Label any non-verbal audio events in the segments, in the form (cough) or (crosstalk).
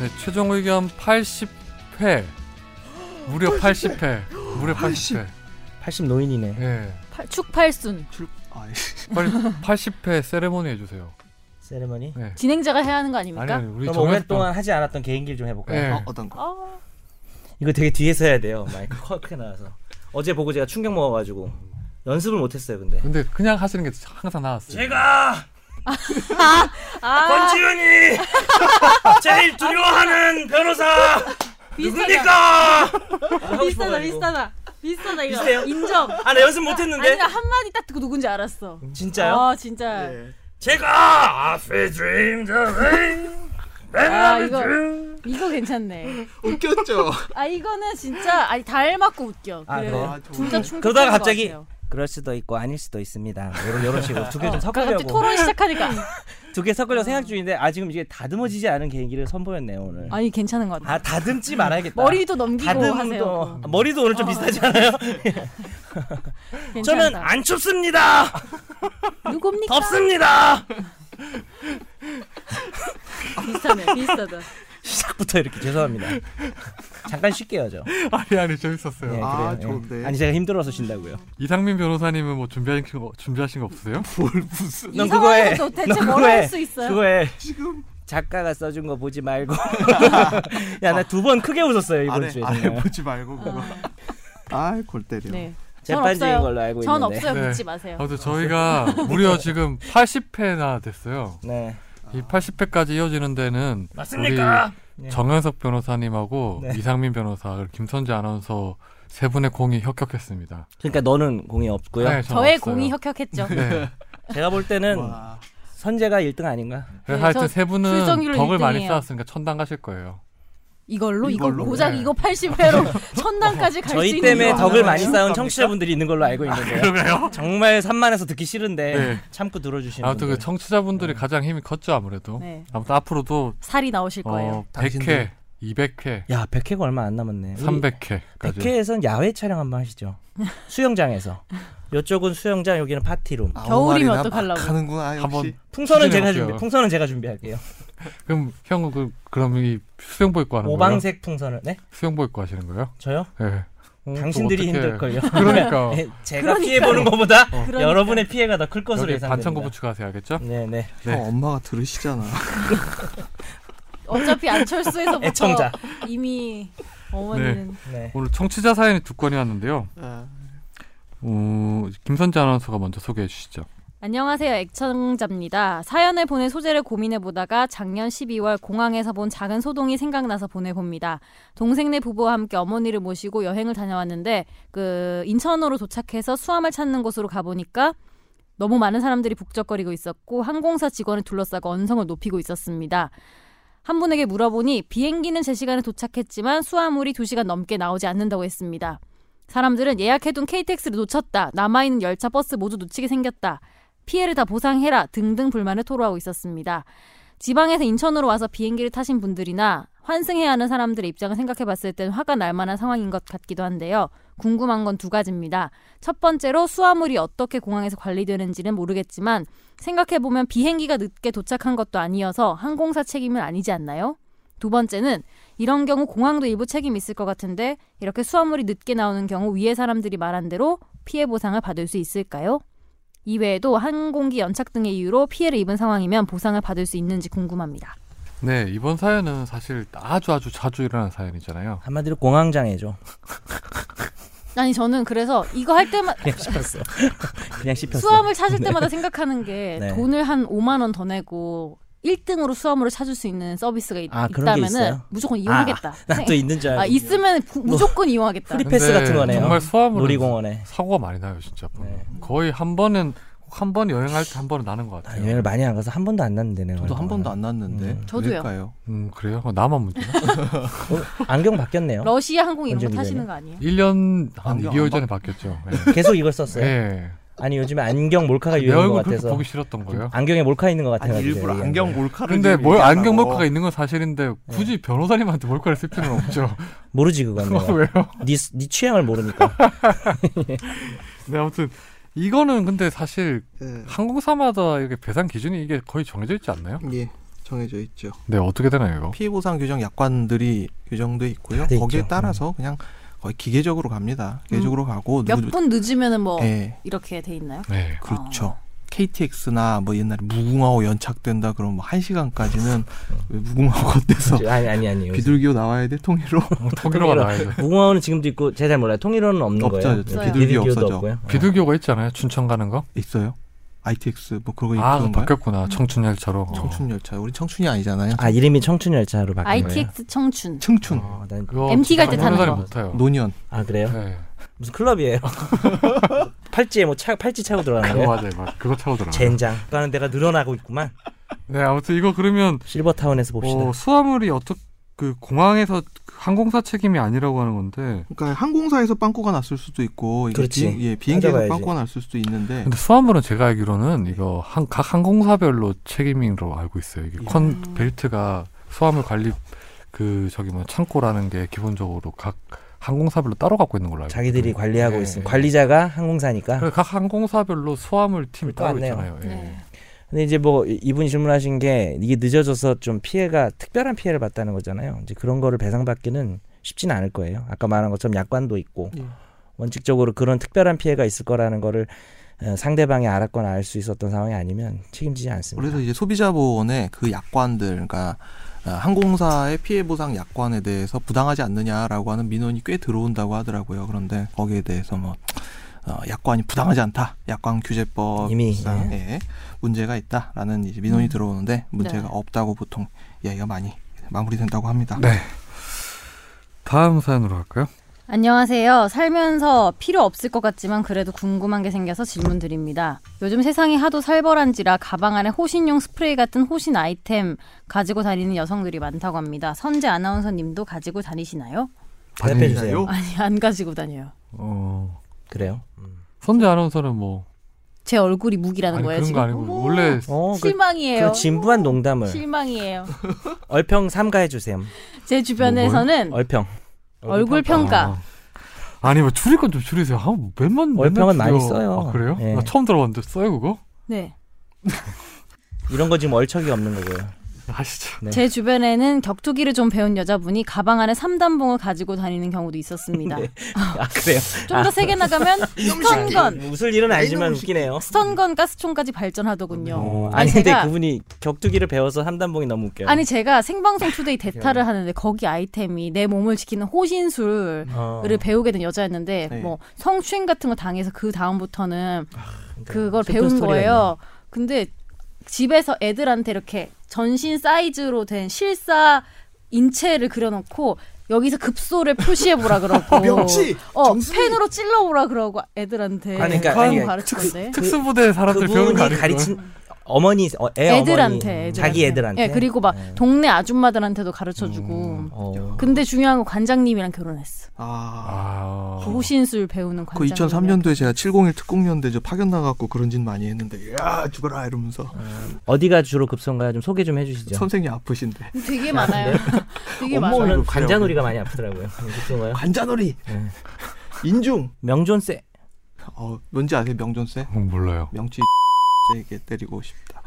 네, 최종 의견 80회. 무려 80회. 무려 80회. 80 노인이네. 예. 팔- 축팔순 출 아니 빨리 80회 세레모니 해주세요. 세레머니. 네. 진행자가 해야 하는 거 아니, 아닙니까? 아니 우리 그럼 정현 오랫동안 하지 않았던 개인기를 좀 해볼까요? 예. 어, 어떤 거? 아, 이거 되게 뒤에서 해야 돼요. 마이크 커- 크게 나와서. 어제 보고 제가 충격 먹어가지고 연습을 못했어요. 근데 근데 그냥 하시는 게 항상 나왔어요. 제가 아 (laughs) 권지윤이 제일 두려워하는 변호사 비슷하다 하고 그러니까. 비슷하다 싶어가지고. 비슷하다 비슷하다 이거 비슷해요? 인정 아, 나 연습 못했는데. 아니야 한 마디 딱 듣고 누군지 알았어 진짜요? 예. 아 진짜 제가 I dream the rain. 아 이거 이거 괜찮네 웃겼죠. 아 이거는 진짜 아니 닮았고 웃겨 아, 그래 그래요? 아, 정말. 둘다 충격 그러다가 갑자기 그럴 수도 있고 아닐 수도 있습니다. 이런 이런 식으로 두 개 좀 어. 갑자기 섞으려고 토론 시작하니까 (laughs) 두 개 섞으려 고 생각 중인데 아 지금 이게 다듬어지지 않은 개인기를 선보였네요 오늘. 아니 괜찮은 것 같아 아 다듬지 말아야겠다. 머리도 넘기고 다듬도 하세요 아, 머리도 오늘 좀 비슷하지 않아요? 저는 괜찮다. 안 (laughs) 춥습니다. 누굽니까? 덥습니다. 비슷하네 비슷하다 시작부터 이렇게 죄송합니다. 잠깐 쉴게요 저. (laughs) 아니 아니 예, 재밌었어요. 아, 그래요, 예. 좋은데. 아니 제가 힘들어서 쉰다고요. 이상민 변호사님은 뭐 준비하신 거 준비하신 거 아, 없으세요? (laughs) 넌 이 그거 해. 상황에서 도대체 넌 뭘 그거 할 해. 수 있어요? 그거 해. 지금 작가가 써준 거 보지 (laughs) 말고. 야 나 두 번 크게 웃었어요 이번 아. 아래 네. 주에. 아래 정말. 보지 말고 그거. 아, 골 때려. 네. 전 재판지인 없어요. 걸로 알고 전 있는데. 없어요. 네. 믿지 마세요. 아무튼 저희가 무려 지금 80회나 됐어요. 네. 이 80회까지 이어지는 데는 우리 예. 정현석 변호사님하고 네. 이상민 변호사, 그리고 김선재 아나운서 세 분의 공이 혁혁했습니다. 그러니까 너는 공이 없고요. 네, 전 저의 없어요. 공이 혁혁했죠. 네. 제가 볼 때는 와. 선재가 1등 아닌가? 그래서 네, 하여튼 저 세 분은 출석률 덕을 많이 일등이에요. 쌓았으니까 천당 가실 거예요. 이걸로 이거 이걸로? 고작 네. 이거 80회로 천당까지 갈 수 저희 있는 때문에 이유가 덕을 없나요? 많이 쌓은 진짜입니까? 청취자분들이 있는 걸로 알고 있는데요. 정말 산만해서 듣기 싫은데 아, 네. 참고 들어주시는 아무튼 그 분들. 청취자분들이 네. 가장 힘이 컸죠 아무래도. 네. 아무튼 앞으로도 살이 나오실 어, 거예요. 100회, 200회, 야 100회가 얼마 안 남았네. 300회까지. 100회에선 야외 촬영 한번 (laughs) 하시죠. 수영장에서. 이쪽은 수영장, 여기는 파티룸. 아무 겨울이면 말이나 막 어떡하려고. 하는구나 역시. 한번 풍선은 제가 추진해볼게요. 준비. 풍선은 제가 준비할게요. 그럼 형은 그, 그럼 이 수영복 입고 하는 거예요? 오방색 풍선을. 네? 수영복 입고 하시는 거예요? 저요? 예. 네. 당신들이 어떡해. 힘들걸요. (laughs) (laughs) 그러니까. 예, 제가 그러니까요. 피해 보는 것보다 그러니까. 여러분의 피해가 더 클 것으로 여기 예상됩니다. 반창고 부추가세요 알겠죠? (laughs) 네네. 네. 형 엄마가 들으시잖아. 어차피 안철수에서부터 애청자. 이미 어머니는 네. 오늘 청취자 사연이 두 건이 왔는데요. 아. 어, 김선재 아나운서가 먼저 소개해 주시죠. 안녕하세요. 액청자입니다. 사연을 보낼 소재를 고민해보다가 작년 12월 공항에서 본 작은 소동이 생각나서 보내봅니다. 동생네 부부와 함께 어머니를 모시고 여행을 다녀왔는데 그 인천으로 도착해서 수암을 찾는 곳으로 가보니까 너무 많은 사람들이 북적거리고 있었고 항공사 직원을 둘러싸고 언성을 높이고 있었습니다. 한 분에게 물어보니 비행기는 제 시간에 도착했지만 수화물이 2시간 넘게 나오지 않는다고 했습니다. 사람들은 예약해둔 KTX를 놓쳤다. 남아있는 열차 버스 모두 놓치게 생겼다. 피해를 다 보상해라 등등 불만을 토로하고 있었습니다. 지방에서 인천으로 와서 비행기를 타신 분들이나 환승해야 하는 사람들의 입장을 생각해 봤을 땐 화가 날 만한 상황인 것 같기도 한데요. 궁금한 건 두 가지입니다. 첫 번째로 수화물이 어떻게 공항에서 관리되는지는 모르겠지만 생각해 보면 비행기가 늦게 도착한 것도 아니어서 항공사 책임은 아니지 않나요? 두 번째는 이런 경우 공항도 일부 책임이 있을 것 같은데 이렇게 수화물이 늦게 나오는 경우 위에 사람들이 말한 대로 피해 보상을 받을 수 있을까요? 이외에도 항공기 연착 등의 이유로 피해를 입은 상황이면 보상을 받을 수 있는지 궁금합니다. 네, 이번 사연은 사실 아주 아주 자주 일어나는 사연이잖아요. 한마디로 공황장애죠. 아니 저는 그래서 이거 할 (laughs) 때마다 그냥 씹혔어. 그냥 씹혔어. 수화물 찾을 때마다 생각하는 게 (laughs) 네. 돈을 한 5만 원 더 내고 1등으로 수화물을 찾을 수 있는 서비스가 있, 아, 그런 게 있다면은 있어요? 무조건 아, 이용하겠다. (laughs) 나또 있는 줄 알고. 아, 있으면 부- 무조건 이용하겠다. 프리- 패스 근데 같은 거네요. 정말 수화물은 놀이공원에. 사고가 많이 나요, 진짜. 보면. 네. 거의 한 번은 꼭 한 번 여행할 때 한 번은 나는 것 아, 같아요. 여행을 많이 안 가서 한 번도 안 났는데 내가. 저도 한 번도 안 났는데. 음. 저도요. 왜일까요? 음, 그래요? 어, 나만 문제나? 어, 안경 바뀌었네요. 러시아 항공 이런 거 언제 타시는 되냐? 거 아니에요? 1년 한 안경 2개월 안 전에 바뀌었죠. 계속 이걸 예. 썼어요. 예. 아니 요즘에 안경 몰카가 내 유행인 것 얼굴 그렇게 같아서 보기 싫었던 거예요. 안경에 몰카 있는 것 같아요. 아니 예, 아, 일부러 안경 몰카를 근데 지금 뭘 얘기 뭐 안 안경 하고. 몰카가 있는 건 사실인데 굳이 변호사님한테 몰카를 쓸 필요는 없죠. 모르지 그건 내가. (laughs) 왜요? 네, 네 취향을 모르니까. 네 아무튼 이거는 근데 사실 예. 네. 항공사마다 이렇게 배상 기준이 이게 거의 정해져 있지 않나요? 예. 정해져 있죠. 네, 어떻게 되나요, 이거? 피해 보상 규정 약관들이 규정돼 네, 있고요. 다돼 거기에 있죠. 따라서 그냥 거의 기계적으로 갑니다. 기계적으로 가고 음. 몇 누구- 분 늦으면은 뭐 네. 예, 이렇게 돼 있나요? 네. 그렇죠. KTX나 뭐 옛날에 무궁화호 연착된다 그러면 뭐한 시간까지는 왜 무궁화호 (laughs) 건대서 아니 아니 아니. 요새. 비둘기호 나와야 돼 통일호 통일호가 나야죠. 무궁화호는 지금도 있고 제가 잘 몰라요. 통일호는 없는 거예요. 없어졌죠. 없어요. 비둘기 비둘기호도 없어져 없고요. 비둘기호가 있지 않아요? 춘천 가는 거? (laughs) 있어요. ITX 뭐 그런 거 아, 그거 있던가요? 어. 바뀌었구나. 청춘 열차로. 청춘 열차. 우리 청춘이 아니잖아요. 아 이름이 청춘 열차로 바뀐 거예요. ITX 청춘. 청춘. 어, 난- 그거 MT 갈때 진짜 타는 모르는 거. 사람이 못 타요. 노년. 아 그래요? 네. 무슨 클럽이에요? 팔찌에 뭐 차, 팔찌 차고 들어가는 그거 거예요? 네, 맞아요. 맞- 그거 타고 들어가. 젠장. 가는 데가 늘어나고 있구만. 네, 아무튼 이거 그러면 실버타운에서 봅시다. 어, 수화물이 어떻게 그 공항에서 항공사 책임이 아니라고 하는 건데 그러니까 항공사에서 빵꾸가 났을 수도 있고 이게 그렇지. 비행- 예, 비행기에서 찾아봐야지. 빵꾸가 났을 수도 있는데 근데 수화물은 제가 알기로는 이거 한, 각 항공사별로 책임으로 알고 있어요. 이게 음. 컨 벨트가 수화물 관리 그 저기 뭐 창고라는 게 기본적으로 각 항공사별로 따로 갖고 있는 걸로 알고 있어요. 자기들이 관리하고 예, 있습니다 예. 관리자가 항공사니까. 그래서 각 항공사별로 수화물 팀 또 따로 왔네요. 있잖아요. 예. 네. 근데 이제 뭐 이- 이분이 질문하신 게 이게 늦어져서 좀 피해가 특별한 피해를 봤다는 거잖아요. 이제 그런 거를 배상받기는 쉽지는 않을 거예요. 아까 말한 것처럼 약관도 있고 예. 원칙적으로 그런 특별한 피해가 있을 거라는 거를 어, 상대방이 알았거나 알 수 있었던 상황이 아니면 책임지지 않습니다. 그래서 이제 소비자 보호원의 그 약관들 그러니까 어, 항공사의 피해 보상 약관에 대해서 부당하지 않느냐라고 하는 민원이 꽤 들어온다고 하더라고요. 그런데 거기에 대해서 뭐 어, 약관이 부당하지 않다. 약관 규제법 이미 예. 음. 예, 문제가 있다라는 이제 민원이 들어오는데 문제가 네. 없다고 보통 이야기가 많이 마무리된다고 합니다. 네. 다음 사연으로 갈까요? 안녕하세요. 살면서 필요 없을 것 같지만 그래도 궁금한 게 생겨서 질문 드립니다. 요즘 세상이 하도 살벌한지라 가방 안에 호신용 스프레이 같은 호신 아이템 가지고 다니는 여성들이 많다고 합니다. 선재 아나운서님도 가지고 다니시나요? (laughs) 대답해 주세요. 아니 안 가지고 다녀요. 어, 그래요. 선재 아나운서는 뭐 제 얼굴이 무기라는 아니 거예요 그런 거 지금. 아니고 원래 어, 그, 실망이에요. 그 진부한 농담을 실망이에요. 얼평 삼가해 주세요. 뭐, 제 주변에서는 얼평. 얼굴 평가. 아. 아니 뭐 줄일 건 좀 줄이세요. 아, 맨만 맨날 월평은 줄여. 많이 써요. 아, 그래요? 예. 나 처음 들어봤는데 써요 그거? 네. 이런 거 지금 얼척이 없는 거고요. 아 진짜. 네. 제 주변에는 격투기를 좀 배운 여자분이 가방 안에 삼단봉을 가지고 다니는 경우도 있었습니다. 아 그래요. 좀 더 세게 (laughs) 나가면 스턴건, 음, 웃을 일은 아니지만 웃기네요. 스턴건 가스총까지 발전하더군요. 어. 아니 아니 근데 제가 그분이 격투기를 배워서 한단봉이 너무 웃겨요. 아니 제가 생방송 투데이 대타를 하는데 거기 아이템이 내 몸을 지키는 호신술을 어, 배우게 된 여자였는데 네. 뭐 성추행 같은 거 당해서 그 다음부터는 그러니까 그걸 슬픈 배운 스토리였네. 거예요. 근데 집에서 애들한테 이렇게 전신 사이즈로 된 실사 인체를 그려놓고 여기서 급소를 표시해 (laughs) 보라 그러고 어 펜으로 찔러 보라 그러고 애들한테 아니, 그러니까 그런 아니, 거 가르치던데 특수부대 사람들 배우는 그분이 거 아니에요? 가르친 어머니 어, 애 애들한테, 어머니, 애들한테. 자기 애들한테. 예 그리고 막 예. 동네 아줌마들한테도 가르쳐 주고 음. 어. 근데 중요한 건 관장님이랑 결혼했어 아. 아. 호신술 배우는 그 관장님 2003년도에 제가 701 특공연대 저 파견 나갖고 그런 짓 많이 했는데 야 죽어라 이러면서 아, 어디가 주로 급선가요? 좀 소개 좀 해주시죠. 선생님 아프신데 네. (laughs) 되게 많아요 네. (laughs) 되게 온몸이 많아요 관자놀이가 많이 아프더라고요. (laughs) 급선가요? 관자놀이 네. 인중 명존세. 어 뭔지 아세요 명존세 음, 몰라요. 명치 세게 때리고 싶다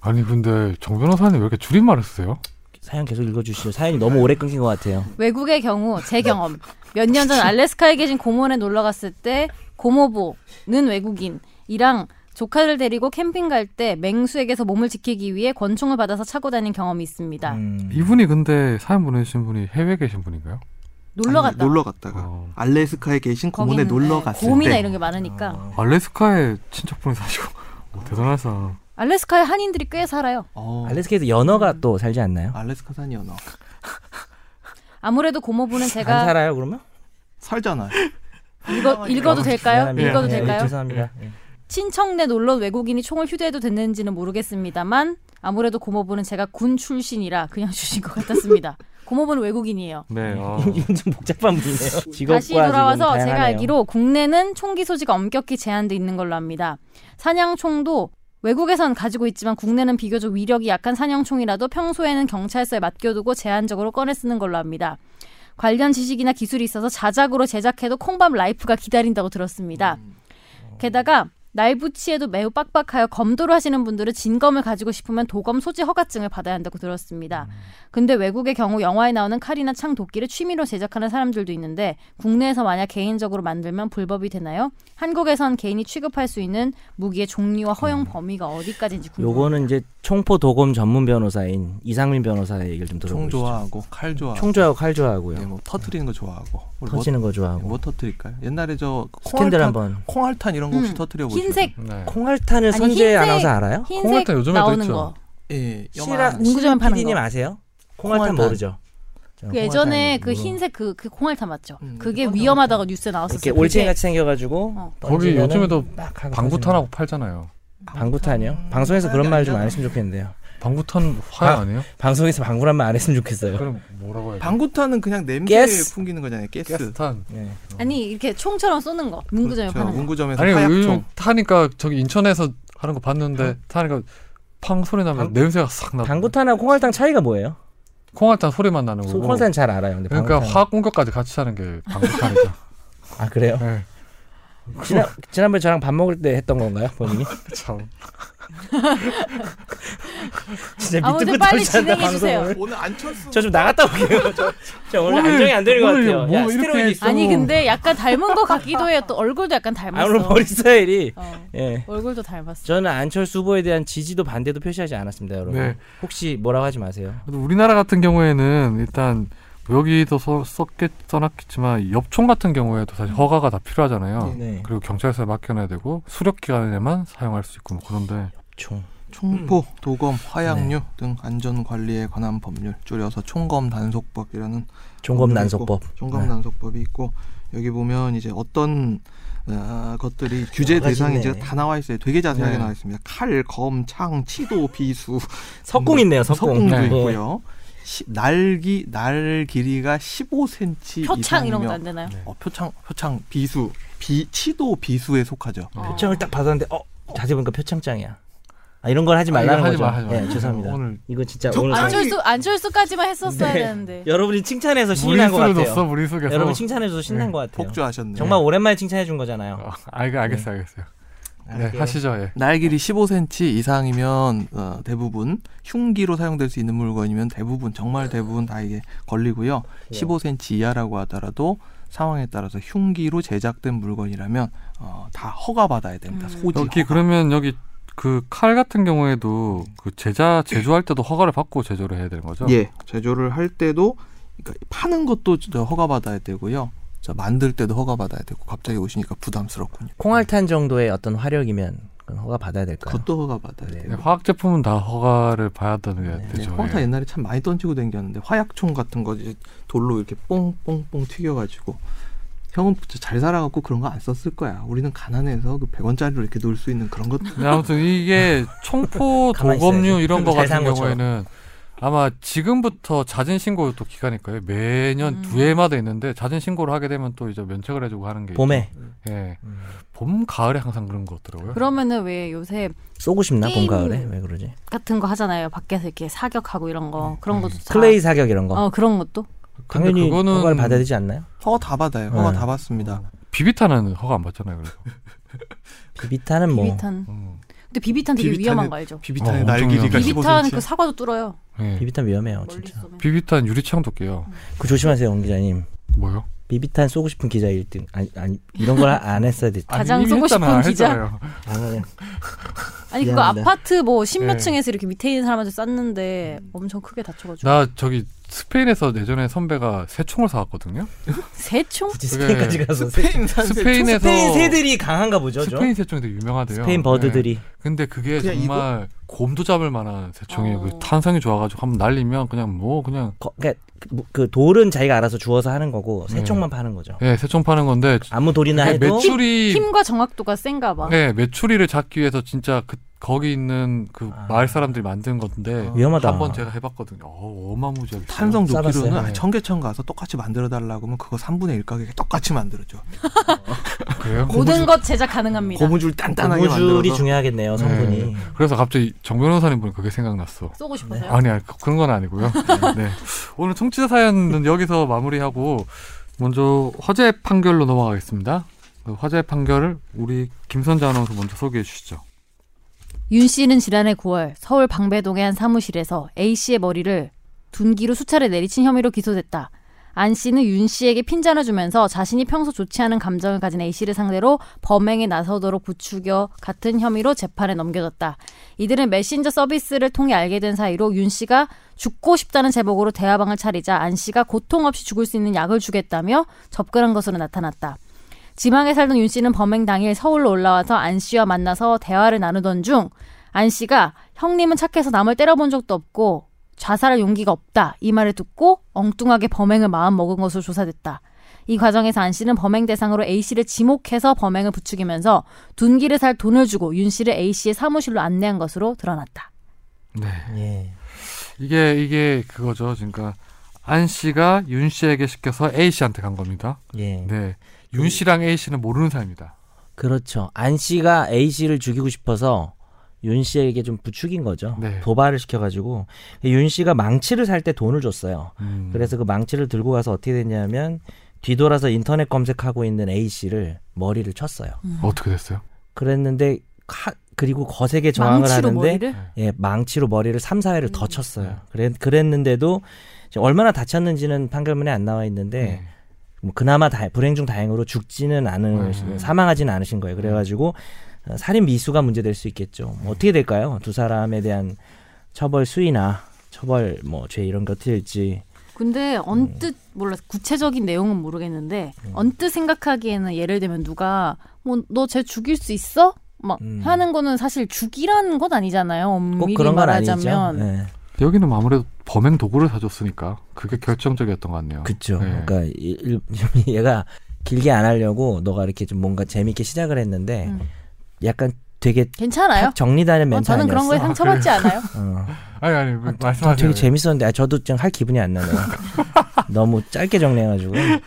아니 근데 정 변호사님 왜 이렇게 줄임말을 쓰세요? 사연 계속 읽어주시죠. 사연이 너무 오래 끊긴 것 같아요. 외국의 경우 제 경험 몇 년 전 알래스카에 계신 고모네 놀러 갔을 때 고모보는 외국인이랑 조카를 데리고 캠핑 갈 때 맹수에게서 몸을 지키기 위해 권총을 받아서 차고 다닌 경험이 있습니다. 음. 이분이 근데 사연 보내주신 분이 해외에 계신 분인가요? 놀러 아니, 갔다. 놀러 갔다가 어. 알래스카에 계신 고문에 거기는, 놀러 네, 갔을 곰이나 때 아. 이런 게 많으니까 알래스카에 친척분이 사시고 어, 대단하시다. 알래스카에 한인들이 꽤 살아요. 어, 알래스카에서 연어가 또 살지 않나요? 알래스카산 연어 아무래도 고모부는 안 제가 살아요 그러면? 살잖아요 읽어, 읽어도 될까요? 미안합니다. 읽어도 예, 될까요? 죄송합니다. 예. (laughs) 친척내 놀러 외국인이 총을 휴대해도 됐는지는 모르겠습니다만 아무래도 고모부는 제가 군 출신이라 그냥 (laughs) 주신 것 같았습니다. 고모부는 외국인이에요. 네. (laughs) 어. 이건 좀 복잡한 분이네요. 직업과 다시 돌아와서 지금 제가 다양하네요. 알기로 국내는 총기 소지가 엄격히 제한돼 있는 걸로 압니다. 사냥총도 외국에선 가지고 있지만 국내는 비교적 위력이 약한 사냥총이라도 평소에는 경찰서에 맡겨두고 제한적으로 꺼내 쓰는 걸로 압니다. 관련 지식이나 기술이 있어서 자작으로 제작해도 콩밥 라이프가 기다린다고 들었습니다. 게다가 날부치에도 매우 빡빡하여 검도를 하시는 분들은 진검을 가지고 싶으면 도검 소지 허가증을 받아야 한다고 들었습니다. 근데 외국의 경우 영화에 나오는 칼이나 창 도끼를 취미로 제작하는 사람들도 있는데 국내에서 만약 개인적으로 만들면 불법이 되나요? 한국에선 개인이 취급할 수 있는 무기의 종류와 허용 범위가 어디까지인지 궁금합니다. 요거는 이제 총포 도검 전문 변호사인 이상민 변호사의 얘기를 좀 총 들어보시죠. 네. 좋아하고 칼 좋아하고 총조하고 칼 좋아하고요. 네, 뭐 터트리는 거 좋아하고 우리 뭐, 터지는 거 좋아하고. 뭐 터트릴까요? 옛날에 저 스캔들 콩알탄- 한번. 콩알탄 이런 거 혹시 음, 터트려 보셨어요? 흰색 네. 콩알탄을 아니, 선재 흰색- 아나운서 알아요? 흰색 콩알탄 요즘에도 나오는 있죠. 거. 예, 영화 시라 문구점에 파는 PD님 거. 아세요? 콩알탄, 콩알탄. 모르죠? 저는 그 예전에 네, 콩알탄 그 모르고. 흰색 그, 그 콩알탄 맞죠? 음, 그게 콩알탄 위험하다고 뉴스에 이렇게 나왔었어요. 올챙이 그게 같이 생겨가지고 어. 거기 던지면은 요즘에도 막 하고 방구탄하고 팔잖아요. 터지는- 음, 방구탄이요? 방송에서 그런 말 좀 안 아니잖아. 했으면 좋겠는데요. 방구탄 화야 아. 네. 아. 니에요 방송에서 방구란 말 안 했으면 좋겠어요. 그럼 뭐라고 해야 돼? 방구탄은 그냥 냄새 가스. 풍기는 거잖아요. 가스. 가스탄. 네. 아니 이렇게 총처럼 쏘는 거 문구점에 그렇죠. 파는 거. 문구점에서 아니 요즘 화약총. 타니까 저기 인천에서 하는 거 봤는데 타니까 팡 소리 나면 네. 방- 냄새가 싹 나. 방구탄하고 콩알탄 차이가 뭐예요? 콩알탄 소리만 나는 거고. 콩알탄 잘 알아요. 근데 그러니까 방구탄은- 화학 공격까지 같이 하는 게 방구탄이죠. (laughs) 아 그래요? 네. 지난 지난번에 저랑 밥 먹을 때 했던 건가요, 본인이? (laughs) 참. (laughs) 진짜 아무튼 밑도 끝도 빨리 없이 한다, 진행해 주세요. 방송을. 오늘 안철수 저 좀 나갔다 올게요. 저, 저 오늘, 오늘- 안정이 안 되는 것 오늘 같아요. 뭐 야, 이렇게 스테로이드 있어. 아니 근데 약간 닮은 것 같기도 해요. 또 얼굴도 약간 닮았어. 아, 오늘 머리 스타일이. 어, 예. 얼굴도 닮았어. 저는 안철수 후보에 대한 지지도 반대도 표시하지 않았습니다, 여러분. 네. 혹시 뭐라고 하지 마세요. 그래도 우리나라 같은 경우에는 일단 여기도 써, 썼겠 써놨겠지만 엽총 같은 경우에도 사실 허가가 다 필요하잖아요. 네. 그리고 경찰서에 맡겨놔야 되고 수력 기관에만 사용할 수 있고 뭐 그런데 총. 총포, 음. 도검, 네. 화약류 등 안전 관리에 관한 법률 줄여서 총검 단속법이라는 종검 법률이 난소법. 있고, 네. 총검 단속법이 있고 여기 보면 이제 어떤 어, 것들이 규제 여러 가지네. 대상이 이제 다 나와 있어요. 되게 자세하게 네. 나와 있습니다. 칼, 검, 창, 치도, 비수, 석궁 있네요, 석궁. 석궁도 네. 있고요. 시- 날기 날 길이가 15cm 표창 이런 이상이며 거 안 되나요? 어, 표창 표창 비수 비 치도 비수에 속하죠. 어. 표창을 딱 받았는데 어, 자세히 보니까 표창장이야. 아, 이런 걸 하지 말라는 하지 거죠. 마, 하지 마. 예, 죄송합니다. 오늘 이거 진짜 저- 오늘 아, 상- 안철수 안철수까지만 했었어야 네. 되는데. 여러분이 칭찬해서 신이 난것 무리수를 같아요. 줬어 무리수에서. 여러분 칭찬해 줘서 신난 네. 것 같아요. 폭주하셨네요. 정말 오랜만에 칭찬해 준 거잖아요. 어, 알, 알겠어요, 알겠어요. 네, 알게요. 하시죠. 예. 날 길이 15cm 이상이면 어, 대부분 흉기로 사용될 수 있는 물건이면 대부분 정말 대부분 다 이게 걸리고요. 예. 15cm 이하라고 하더라도 상황에 따라서 흉기로 제작된 물건이라면 어, 다 허가 받아야 됩니다. 음. 소지. 여기 그러면 여기 그 칼 같은 경우에도 그 제자 제조할 때도 허가를 받고 제조를 해야 되는 그렇죠. 거죠? 예, 제조를 할 때도 그러니까 파는 것도 저 허가 받아야 되고요. 저 만들 때도 허가 받아야 되고 갑자기 오시니까 부담스럽군요. 콩알탄 정도의 어떤 화력이면 그건 허가 받아야 될까요? 그것도 허가 받아야 네. 돼요. 네, 화학 제품은 다 허가를 봐야 되는 게 네, 되죠. 황타 예. 옛날에 참 많이 던지고 댕겼는데 화약총 같은 거 이제 돌로 이렇게 뽕뽕뽕 튀겨가지고 형은 진짜 잘 살아갖고 그런 거 안 썼을 거야. 우리는 가난해서 그 100원짜리로 이렇게 놀 수 있는 그런 것 네, 아무튼 이게 총포 (laughs) 가만히 도검류 있어야지. 이런 거 잘 같은 산 것처럼. 경우에는 아마 지금부터 자진 신고 또 기간일 거예요. 매년 음. 두 해마다 있는데 자진 신고를 하게 되면 또 이제 면책을 해주고 하는 게 봄에 음. 있죠. 예, 봄 가을에 항상 그런 거 같더라고요. 그러면은 왜 요새 쏘고 싶나 봄 게임- 가을에 왜 그러지? 같은 거 하잖아요. 밖에서 이렇게 사격하고 이런 거 그런 것도 다. 음. 클레이 사격 이런 거 어 그런 것도 근데 당연히 그거는- 허가를 받아야 되지 않나요? 허가 다 받아요. 허가 네. 다 받습니다. 어. 비비탄은 허가 안 받잖아요. 그래서 비비탄은 뭐그 비비탄. 음. 근데 비비탄 되게 비비탄은- 위험한 거 알죠? 어, 비비탄의 엄청 날 길이가 위험해. 15cm. 비비탄 그 사과도 뚫어요. 예. 비비탄 위험해요 멀리 아, 진짜. 쏘면. 비비탄 유리창도 깨요. 음. 그 조심하세요 원 기자님. 뭐요? 비비탄 쏘고 싶은 기자 1등 아니 아니 이런 걸 안 했어야 됐다. 가장 아니, 쏘고 했잖아요, 싶은 기자. 했잖아요. 아, 그냥 아니 그거 미안합니다. 아파트 뭐 십 몇 네. 층에서 이렇게 밑에 있는 사람한테 쐈는데 음. 엄청 크게 다쳐가지고 나 저기 스페인에서 예전에 선배가 새 총을 사왔거든요. 세 총? 굳이 그게 스페인까지 가서 세- 스페인 산세 스페인에서 스페인 새들이 강한가 보죠. 좀? 스페인 새총이 되게 유명하대요. 네. 스페인 버드들이 근데 그게 그냥 정말 곰도 잡을 만한 새총이 어. 그 탄성이 좋아가지고 한번 날리면 그냥 뭐 그냥 거, 그러니까 그, 뭐, 그 돌은 자기가 알아서 주워서 하는 거고 네. 새총만 파는 거죠. 예 새총 파는 건데 아무 돌이나 그게 해도 매출이 힘과 정확도가 센가 네. 봐. 예 매출이를 잡기 위해서 진짜 그 거기 있는 그 아. 마을 사람들이 만든 건데 위험하다. 한 번 제가 해봤거든요. 어 어마무지하게 탄성 싸봤어요? 좋기로는 네. 청계천 가서 똑같이 만들어 달라고 하면 그거 3분의 1 가격에 똑같이 만들어줘. 세요. 그래요? 모든 것 제작 가능합니다. 고무줄 단단하게 고무줄이 만들어서 중요하겠네요 성분이. 네. 그래서 갑자기 정 변호사님 보니 그게 생각났어. 쏘고 싶어서요? 아니, 아니, 그- 그런 건 (laughs) 아니고요. 네. 오늘 청취자 사연은 여기서 마무리하고, 먼저 화재 판결로 넘어가겠습니다. 그 화재 판결을 우리 김선재 아나운서 먼저 소개해 주시죠. 윤 씨는 지난해 9월 서울 방배동의 한 사무실에서 A 씨의 머리를 둔기로 수차례 내리친 혐의로 기소됐다. 안 씨는 윤 씨에게 핀잔을 주면서 자신이 평소 좋지 않은 감정을 가진 A 씨를 상대로 범행에 나서도록 부추겨 같은 혐의로 재판에 넘겨졌다. 이들은 메신저 서비스를 통해 알게 된 사이로 윤 씨가 죽고 싶다는 제목으로 대화방을 차리자 안 씨가 고통 없이 죽을 수 있는 약을 주겠다며 접근한 것으로 나타났다. 지방에 살던 윤 씨는 범행 당일 서울로 올라와서 안 씨와 만나서 대화를 나누던 중 안 씨가 형님은 착해서 남을 때려본 적도 없고 자살할 용기가 없다 이 말을 듣고 엉뚱하게 범행을 마음먹은 것으로 조사됐다. 이 과정에서 안 씨는 범행 대상으로 A 씨를 지목해서 범행을 부추기면서 둔기를 살 돈을 주고 윤 씨를 A 씨의 사무실로 안내한 것으로 드러났다. 네. 예. 이게 이게 그거죠. 그러니까 안 씨가 윤 씨에게 시켜서 A 씨한테 간 겁니다. 예. 네. 윤 씨랑 A 씨는 모르는 사이입니다. 그렇죠. 안 씨가 A 씨를 죽이고 싶어서 윤 씨에게 좀 부추긴 거죠. 네. 도발을 시켜가지고 윤 씨가 망치를 살 때 돈을 줬어요. 음. 그래서 그 망치를 들고 가서 어떻게 됐냐면 뒤돌아서 인터넷 검색하고 있는 A 씨를 머리를 쳤어요. 음. 어떻게 됐어요? 그랬는데 하- 그리고 거세게 저항을 망치로 하는데 머리를? 예, 망치로 머리를 3, 4회를 음. 더 쳤어요. 그랬, 그랬는데도 지금 얼마나 다쳤는지는 판결문에 안 나와 있는데 네. 뭐 그나마 다, 불행 중 다행으로 죽지는 않으신 네. 사망하지는 않으신 거예요. 그래가지고 어, 살인 미수가 문제될 수 있겠죠. 뭐 어떻게 될까요? 두 사람에 대한 처벌 수위나 처벌 뭐 죄 이런 게 어떻게 될지 근데 네. 언뜻 몰라 구체적인 내용은 모르겠는데 음. 언뜻 생각하기에는 예를 들면 누가 뭐 너 쟤 죽일 수 있어? 막 음. 하는 거는 사실 죽이라는 건 아니잖아요. 꼭 엄밀히 그런 건 아니죠. 말하자면 네. 여기는 아무래도 범행 도구를 사줬으니까 그게 결정적이었던 것 같네요. 그죠. 네. 그러니까 일- 일- (laughs) 얘가 길게 안 하려고 너가 이렇게 좀 뭔가 재밌게 시작을 했는데 음. 약간 되게 괜찮아요. 탁 정리되는 어, 멘트 저는 그런 아니었어? 거에 상처받지 (laughs) 않아요. 어. 아니 아니 아, 저- 말씀하세요. 되게 네. 재밌었는데 아, 저도 지금 할 기분이 (laughs) 안 나네요. 너무 짧게 정리해가지고 그냥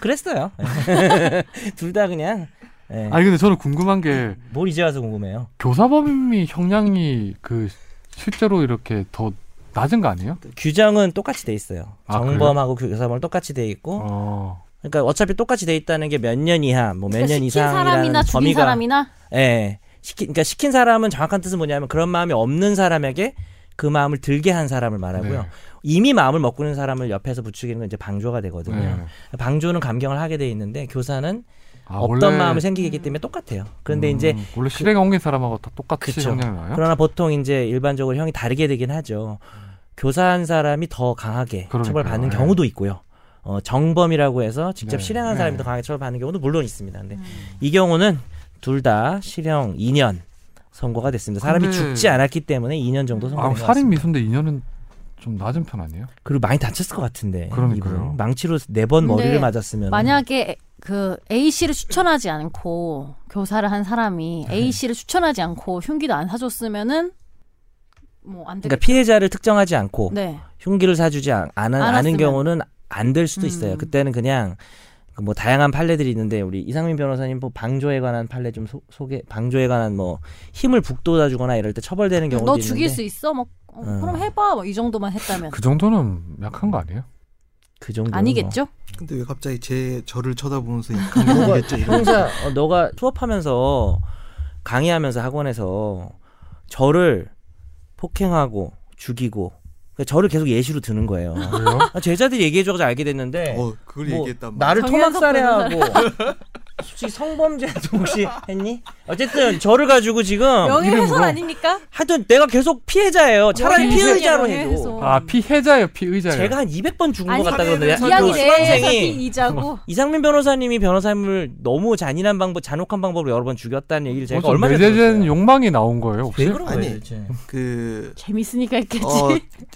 그랬어요. (laughs) 둘 다 그냥 예. 아니 근데 저는 궁금한 게 뭘 이제 와서 궁금해요. 교사범이 형량이 그 실제로 이렇게 더 낮은 거 아니에요? 규정은 똑같이 돼 있어요. 아, 정범하고 교사범 똑같이 돼 있고 어. 그러니까 어차피 똑같이 돼 있다는 게 몇 년 이하 뭐 몇 년 그러니까 시킨 이상이라는 사람이나 죽인 범위가 사람이나 예 시킨 그러니까 시킨 사람은 정확한 뜻은 뭐냐면 그런 마음이 없는 사람에게 그 마음을 들게 한 사람을 말하고요. 네. 이미 마음을 먹고 있는 사람을 옆에서 부추기는 건 이제 방조가 되거든요. 네. 방조는 감경을 하게 돼 있는데 교사는 아, 없던 원래- 마음이 생기기 때문에 똑같아요. 그런데 음, 이제 원래 실행 옮긴 사람하고 다 똑같이 그쵸. 형량이 나요? 그러나 보통 이제 일반적으로 형이 다르게 되긴 하죠. 교사한 사람이 더 강하게 그러니까요. 처벌받는 네. 경우도 있고요. 어, 정범이라고 해서 직접 네. 실행한 네. 사람이 더 강하게 처벌받는 경우도 물론 있습니다. 음. 근데 이 경우는 둘 다 실형 2년 선고가 됐습니다. 사람이 근데- 죽지 않았기 때문에 2년 정도 선고가 아, 됐습니다. 살인 미수인데 2년은 좀 낮은 편 아니에요? 그리고 많이 다쳤을 것 같은데. 그러니까요. 이분은 망치로 네 번 머리를 근데 맞았으면 만약에 그 A 씨를 추천하지 않고 교사를 한 네. 사람이 A 씨를 추천하지 않고 흉기도 안 사줬으면은 뭐 안 되겠. 그러니까 뭐 피해자를 특정하지 않고 네. 흉기를 사주지 않, 않은, 알았으면. 않은 경우는 안 될 수도 아, 음. 있어요. 그때는 그냥 그뭐 다양한 판례들이 있는데 우리 이상민 변호사님 뭐 방조에 관한 판례 좀 소, 개 방조에 관한 뭐 힘을 북돋아주거나 이럴 때 처벌되는 경우도 너 있는데 죽일 수 있어? 막 어, 음. 그럼 해봐. 막이 정도만 했다면 그 정도는 약한 거 아니에요? 그 정도 아니겠죠? 근데 왜 갑자기 제 저를 쳐다보면서 너가 강경하겠죠 이런 형사 어, 너가 수업하면서 강의하면서 학원에서 저를 폭행하고 죽이고 그러니까 저를 계속 예시로 드는 거예요. 왜요? 아, 제자들이 얘기해줘서 알게 됐는데 어 그걸 뭐, 얘기했단 말이야 나를 성현석 토막살해하고 (laughs) 혹시 성범죄도 혹시 했니? 어쨌든 뭐 저를 가지고 지금 명예훼손 아닙니까? 하여튼 내가 계속 피해자예요. 차라리 명예훼손이야, 피의자로 해도 명예훼손. 아 피해자예요, 피의자예요. 음. 어, 제가 한 200번 죽은 아니, 것 같다 그러는데 이 그 이야기 내에서 수강생이 피의자고 이상민 변호사님이 변호사님을 너무 잔인한 방법, 잔혹한 방법으로 여러 번 죽였다는 얘기를 제가 뭐 얼마 전에 매제된 들었어요. 욕망이 네? 나온 거예요, 혹시? 왜 그런 거예요? 아니. 도대체? 그 재밌으니까 했겠지. 어,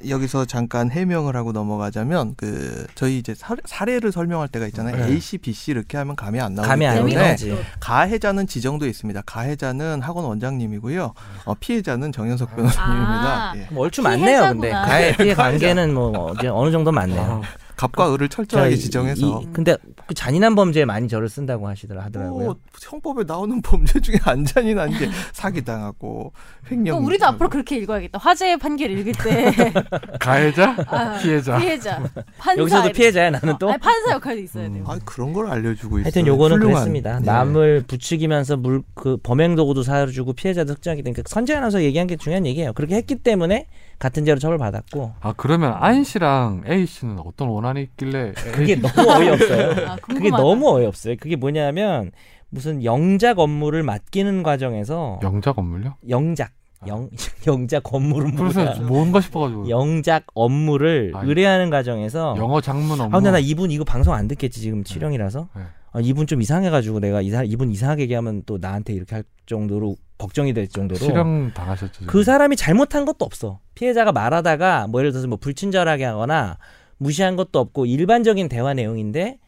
여기서 잠깐 해명을 하고 넘어가자면 그 저희 이제 사, 사례를 설명할 때가 있잖아요. 네. A, C, B, C 이렇게 하면 감이 안 나오기 감이 안 때문에 오긴 하지. 가해자는 지정돼 있습니다. 가해자는 학원 원장님이고요. 어, 피해자는 정현석 변호사님입니다. 아. 예. 뭐 얼추 맞네요. 피해자구나. 아, 근데 가해 피해 관계는 뭐 어제 어느 정도 맞네요. 갑과 을을 철저하게 자, 이- 아, 지정해서 이- 근데 그 잔인한 범죄에 많이 저를 쓴다고 하시더라 하더라고요. 뭐 형법에 나오는 (laughs) 범죄 중에 안 잔인한 (laughs) 게 사기 당하고 횡령. 그럼 우리도 앞으로 그렇게 읽어야겠다. 화재 판결 읽을 때 (laughs) 가해자, 아, 피해자. 피해자, 판사 여기서도 이렇게. 피해자야 나는 또. 아니, 판사 역할도 있어야 돼요. 아 그런 걸 알려주고 있어요. 하여튼 요거는 훌륭한, 그랬습니다. 네. 남을 부추기면서 물 그 범행 도구도 사주고 피해자도 흑자하기 때문에 그 선재 아나운서 얘기한 게 중요한 얘기예요. 그렇게 했기 때문에 같은 죄로 처벌받았고 아 그러면 안 씨랑 A 씨는 어떤 원한이 있길래 그게 너무 어이없어요. 아, 음. 그게 궁금하다. 너무 어이없어요. 그게 뭐냐면 무슨 영작 업무를 맡기는 과정에서 영자 건물요? 영작 영 (laughs) 영작 건물은 뭐야? 그래서 뭔가 싶어가지고 영작 업무를 아, 의뢰하는 과정에서 영어 장문 업무. 아 근데 나 이분 이거 방송 안 듣겠지 지금 칠형이라서 네. 아, 이분 좀 이상해가지고 내가 이사, 이분 이상하게 얘기하면 또 나한테 이렇게 할 정도로 걱정이 될 정도로 실형 당하셨죠. 그 지금? 사람이 잘못한 것도 없어 피해자가 말하다가 뭐 예를 들어서 뭐 불친절하게 하거나 무시한 것도 없고 일반적인 대화 내용인데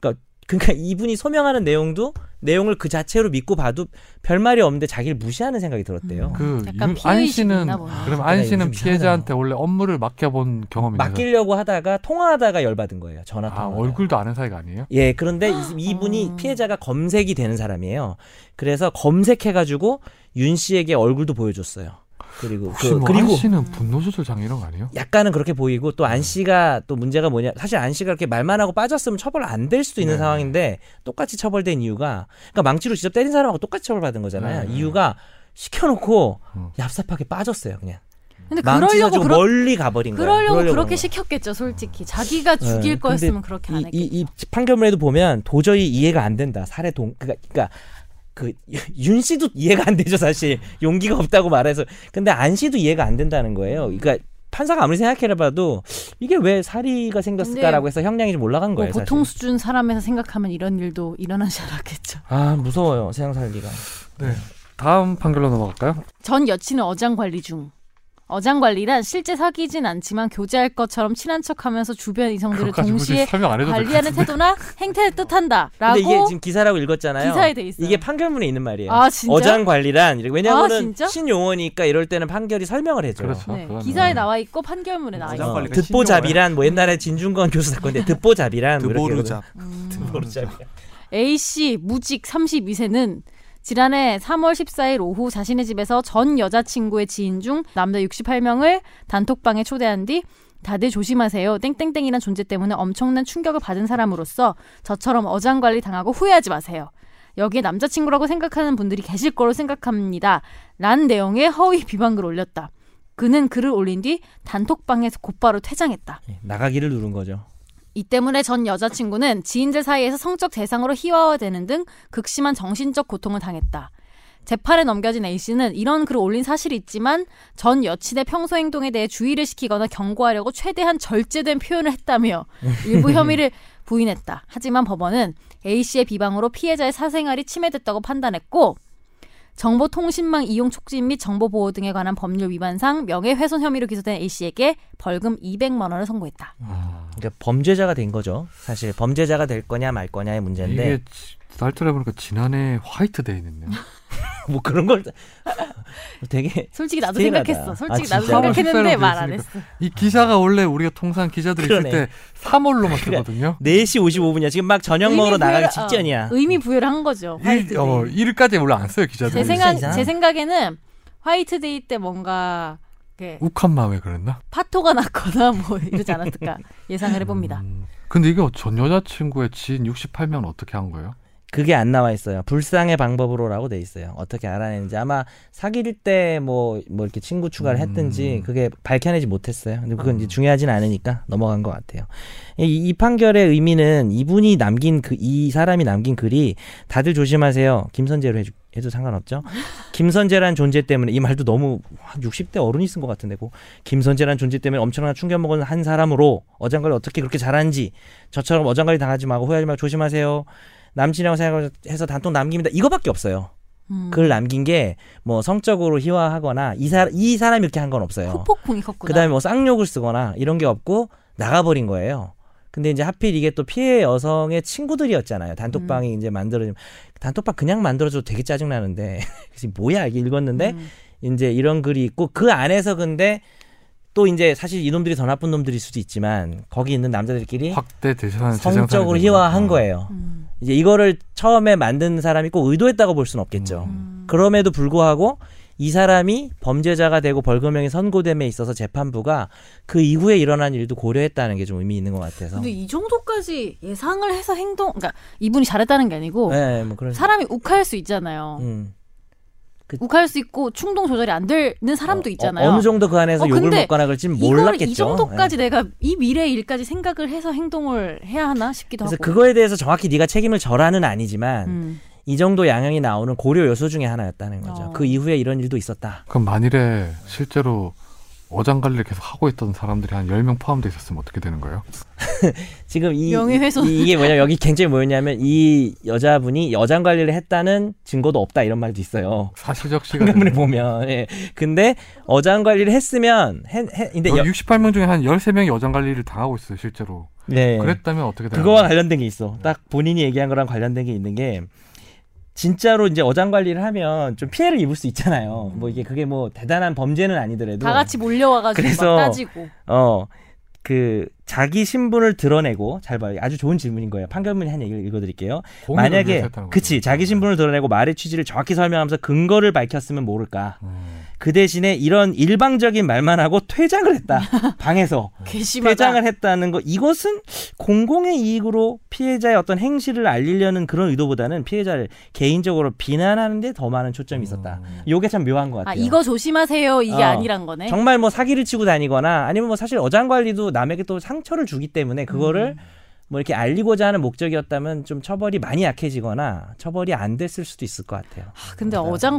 그러니까 그러니까 이분이 소명하는 내용도 내용을 그 자체로 믿고 봐도 별 말이 없는데 자기를 무시하는 생각이 들었대요. 그 약간 유- 피해의식이 안 있나 씨는 보네. 그럼 내가 안 요즘 씨는 그러니까 이상하다. 피해자한테 원래 업무를 맡겨본 경험이 있나요? 맡기려고 하다가 통화하다가 열받은 거예요. 전화 통화. 아 얼굴도 아는 사이가 아니에요? 예, 그런데 이- 이분이 어. 피해자가 검색이 되는 사람이에요. 그래서 검색해가지고 윤 씨에게 얼굴도 보여줬어요. 그리고 혹시 그, 뭐 리고 안 씨는 분노 조절 장애 이런 거 아니에요? 약간은 그렇게 보이고 또 안 씨가 또 문제가 뭐냐 사실 안 씨가 그렇게 말만 하고 빠졌으면 처벌 안 될 수도 있는 네. 상황인데 똑같이 처벌된 이유가 그러니까 망치로 직접 때린 사람하고 똑같이 처벌받은 거잖아요. 네. 이유가 시켜놓고 음. 얍삽하게 빠졌어요 그냥 근데 망치 그러려고 가지고 그러, 멀리 가버린 거예요. 그러려고 그렇게 그런 거예요. 시켰겠죠, 솔직히. 자기가 네, 죽일 근데 거였으면 그렇게 안 이, 했겠죠. 이, 이 판결문에도 보면 도저히 이해가 안 된다. 살해 동 그러니까, 그러니까 그 (laughs) 윤 씨도 이해가 안 되죠 사실 용기가 없다고 말해서 근데 안 씨도 이해가 안 된다는 거예요. 그러니까 판사가 아무리 생각해봐도 이게 왜 살이가 생겼을까라고 해서 형량이 좀 올라간 뭐 거예요. 보통 사실. 수준 사람에서 생각하면 이런 일도 일어나지 않았겠죠. 아 무서워요 세상 살기가. 다음 판결로 넘어갈까요? 전 여친은 어장 관리 중. 어장 관리란 실제 사귀진 않지만 교제할 것처럼 친한 척하면서 주변 이성들을 그것까지 굳이 동시에 설명 안 해도 될 것 관리하는 같은데. 태도나 행태를 근데 이게 뜻한다라고 지금 기사라고 읽었잖아요. 기사에 돼 있어요. 이게 판결문에 있는 말이에요. 아, 진짜요? 어장 관리란 아, 왜냐하면 진짜? 신용어니까 이럴 때는 판결이 설명을 해줘요. 그렇죠. 네, 그거는. 기사에 나와 있고 판결문에 나와 아, 뭐. 어장 있어. 어, 관리가 듣보잡이란 뭐 옛날에 진중권 교수 사건인데 듣보잡이란 뭐 이렇게 드보르잡. 음. 모르죠. A 씨 무직 32세는 지난해 3월 14일 오후 자신의 집에서 전 여자친구의 지인 중 남자 68명을 단톡방에 초대한 뒤 다들 조심하세요. 땡땡땡이란 존재 때문에 엄청난 충격을 받은 사람으로서 저처럼 어장관리 당하고 후회하지 마세요. 여기에 남자친구라고 생각하는 분들이 계실 거로 생각합니다. 라는 내용의 허위 비방글 올렸다. 그는 글을 올린 뒤 단톡방에서 곧바로 퇴장했다. 예, 나가기를 누른 거죠. 이 때문에 전 여자친구는 지인들 사이에서 성적 대상으로 희화화되는 등 극심한 정신적 고통을 당했다. 재판에 넘겨진 A씨는 이런 글을 올린 사실이 있지만 전 여친의 평소 행동에 대해 주의를 시키거나 경고하려고 최대한 절제된 표현을 했다며 일부 혐의를 부인했다. 하지만 법원은 A씨의 비방으로 피해자의 사생활이 침해됐다고 판단했고 정보통신망 이용 촉진 및 정보보호 등에 관한 법률 위반상 명예훼손 혐의로 기소된 A씨에게 벌금 200만 원을 선고했다. 그러니까 범죄자가 된 거죠. 사실 범죄자가 될 거냐 말 거냐의 문제인데 이게 지- 날짜를 보니까 지난해 (laughs) 화이트데이였네요. (laughs) 뭐 그런 걸 (laughs) 되게 솔직히 나도 디테일하다. 생각했어. 솔직히 아, 나도 진짜요? 생각했는데 말 안 했어. 그랬으니까. 이 기사가 원래 우리가 통상 기자들이 그러네. 그러니까 있을 때 3월로만 뜨거든요. 4시 55분이야. 지금 막 저녁 먹으러 의미 부여를- 나가기 어, 직전이야. 의미 부여를 한 거죠. 일, 어, 화이트데이. 일까지 원래 안 써요 기자들이. 제 생각 이상하다. 제 생각에는 화이트데이 때 뭔가 이렇게 욱한 마음에 그랬나? 파토가 났거나 뭐 (laughs) 이러지 않았을까 예상을 해봅니다. 음, 근데 이게 전 여자친구의 지인 68명 은 어떻게 한 거예요? 그게 안 나와 있어요. 불상의 방법으로라고 돼 있어요. 어떻게 알아내는지 아마 사귈 때 뭐 뭐 이렇게 친구 음. 추가를 했든지 그게 밝혀내지 못했어요. 근데 그건 이제 중요하진 않으니까 넘어간 것 같아요. 이, 이 판결의 의미는 이분이 남긴 그 이 사람이 남긴 글이 다들 조심하세요. 김선재로 해주, 해도 상관없죠. 김선재란 존재 때문에 이 말도 너무 한 60대 어른이 쓴 것 같은데 고 김선재란 존재 때문에 엄청난 충격 먹은 한 사람으로 어장관리 어떻게 그렇게 잘하는지 저처럼 어장관리 당하지 말고 후회하지 말고 조심하세요. 남친이라고 생각해서 단톡 남깁니다. 이거밖에 없어요. 음, 글 남긴 게 뭐 성적으로 희화하거나 이, 사, 이 사람이 이렇게 한 건 없어요. 후폭풍이 컸구나. 그다음에 뭐 쌍욕을 쓰거나 이런 게 없고 나가버린 거예요. 근데 이제 하필 이게 또 피해 여성의 친구들이었잖아요. 단톡방이 이제 만들어지면 단톡방 그냥 만들어줘도 되게 짜증 (laughs) 나는데 그래서 뭐야 이게 읽었는데 음. 이제 이런 글이 있고 그 안에서 근데 또 이제 사실 이놈들이 더 나쁜 놈들일 수도 있지만 거기 있는 남자들끼리 확대 어. 대상 예? 성적으로 희화화한 거예요. 음. 이제 이거를 처음에 만든 사람이 꼭 의도했다고 볼 수는 없겠죠. 음. 그럼에도 불구하고 이 사람이 범죄자가 되고 벌금형이 선고됨에 있어서 재판부가 그 이후에 일어난 일도 고려했다는 게 좀 의미 있는 것 같아서. 근데 이 정도까지 예상을 해서 행동, 그러니까 이분이 잘했다는 게 아니고 예, 뭐 그런. 사람이 욱할 수 있잖아요. 음. 욱할 수 있고 충동 조절이 안 되는 사람도 어, 있잖아요. 어, 느 정도 그 안에서 어, 욕을 근데 먹거나 그럴지는 이걸 몰랐겠죠. 이 예. 정도까지 내가 이 미래 일까지 생각을 해서 행동을 해야 하나 싶기도 그래서 하고. 그거에 대해서 정확히 네가 책임을 절하는 아니지만 음. 이 정도 양형이 나오는 고려 요소 중에 하나였다는 거죠. 어. 그 이후에 이런 일도 있었다. 그럼 만일에 실제로 어장관리를 계속 하고 있던 사람들이 한 10명 포함돼 있었으면 어떻게 되는 거예요? 지금 이, 명예훼손. 이, 게 뭐냐 면 여기 굉장히 뭐였냐면 이 여자분이 여장 관리를 했다는 증거도 없다 이런 말도 있어요. 사실적 뭐 시간에 한가문에 보면 예. 근데 어장 관리를 했으면 해, 해, 근데 여, 68명 중에 한 13명이 어장관리를 당하고 있어요 실제로 네. 그랬다면 어떻게 되나요? 그거와 관련된 게 있어. 딱 본인이 얘기한 거랑 관련된 게 있는 게 진짜로 이제 어장 관리를 하면 좀 피해를 입을 수 있잖아요. 뭐 이게 그게 뭐 대단한 범죄는 아니더라도 다 같이 몰려와가지고 그래서- 막 따지고. 어, 그 자기 신분을 드러내고 잘 봐요. 아주 좋은 질문인 거예요. 판결문이 한 얘기를 읽어드릴게요. 공익을 위해서 만약에 했다는 거죠. 네. 그치 자기 신분을 드러내고 말의 취지를 정확히 설명하면서 근거를 밝혔으면 모를까. 음. 그 대신에 이런 일방적인 말만 하고 퇴장을 (laughs) 했다. 방에서 괘씸하다. 퇴장을 했다는 거 이것은 공공의 이익으로 피해자의 어떤 행실을 알리려는 그런 의도보다는 피해자를 개인적으로 비난하는데 더 많은 초점이 있었다. 요게 참 묘한 것 아 같아요. 이거 조심하세요. 이게 어. 아니란 거네. 정말 뭐 사기를 치고 다니거나 아니면 뭐 사실 어장관리도 남에게 또 상처를 주기 때문에 그거를 음. 뭐 이렇게 알리고자 하는 목적이었다면 좀 처벌이 많이 약해지거나 처벌이 안 됐을 수도 있을 것 같아요. 아, 근데 어장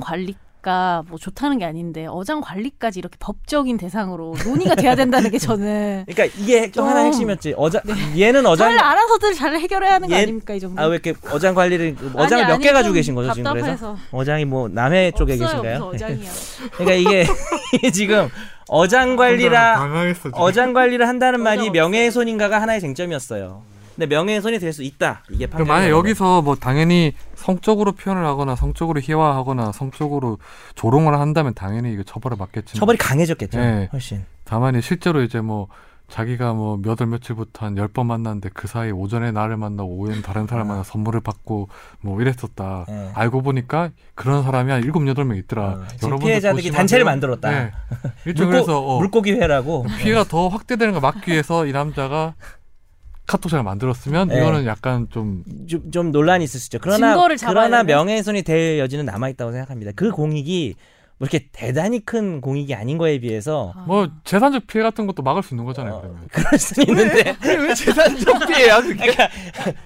관리가 뭐 좋다는 게 아닌데 어장 관리까지 이렇게 법적인 대상으로 논의가 돼야 된다는 게 저는 그러니까 이게 또 좀- 하나 핵심이었지. 어장 네. 얘는 (laughs) 잘 어장 알아서들 잘 해결해야 하는 거 예. 아닙니까 이 정도? 아 왜 이렇게 어장 관리를 어장을 몇 개 가지고 계신 거죠 지금 그래서 어장이 뭐 남해 쪽에 계신가요? 없어 (laughs) 어장이야. 그러니까 이게 이게 (laughs) 지금 어장 관리라 당황했어 지금. 어장 관리를 한다는 말이 어장 명예훼손인가가 하나의 쟁점이었어요. 근데 명예훼손이 될 수 있다. 이게 그럼 판결. 그러니까 만약 여기서 뭐 당연히 성적으로 표현을 하거나 성적으로 희화하거나 성적으로 조롱을 한다면 당연히 이거 처벌을 받겠지만 처벌이 강해졌겠죠. 예. 훨씬. 다만 실제로 이제 뭐 자기가 뭐 몇 월 며칠부터 한 열 번 만났는데 그 사이 오전에 나를 만나고 오후엔 다른 사람 만나 선물을 받고 뭐 이랬었다. 예. 알고 보니까 그런 사람이 한 일곱 여덟 명 있더라. 어, 지금 여러분들 피해자들이 조심하세요. 단체를 만들었다. (laughs) 네. 일종 물고, 그래서 어, 물고기 회라고. 피해가 더 확대되는 걸 막기 위해서 이 남자가 카톡장을 만들었으면 네. 이거는 약간 좀 좀, 좀 논란이 있을 수 있죠. 그러나 증거를 잡아야 그러나 되네. 명예훼손이 될 여지는 남아 있다고 생각합니다. 그 공익이 뭐 이렇게 대단히 큰 공익이 아닌 거에 비해서 아. 뭐 재산적 피해 같은 것도 막을 수 있는 거잖아요. 어, 그러면. 그럴 수 있는데 왜 재산적 피해야 그게?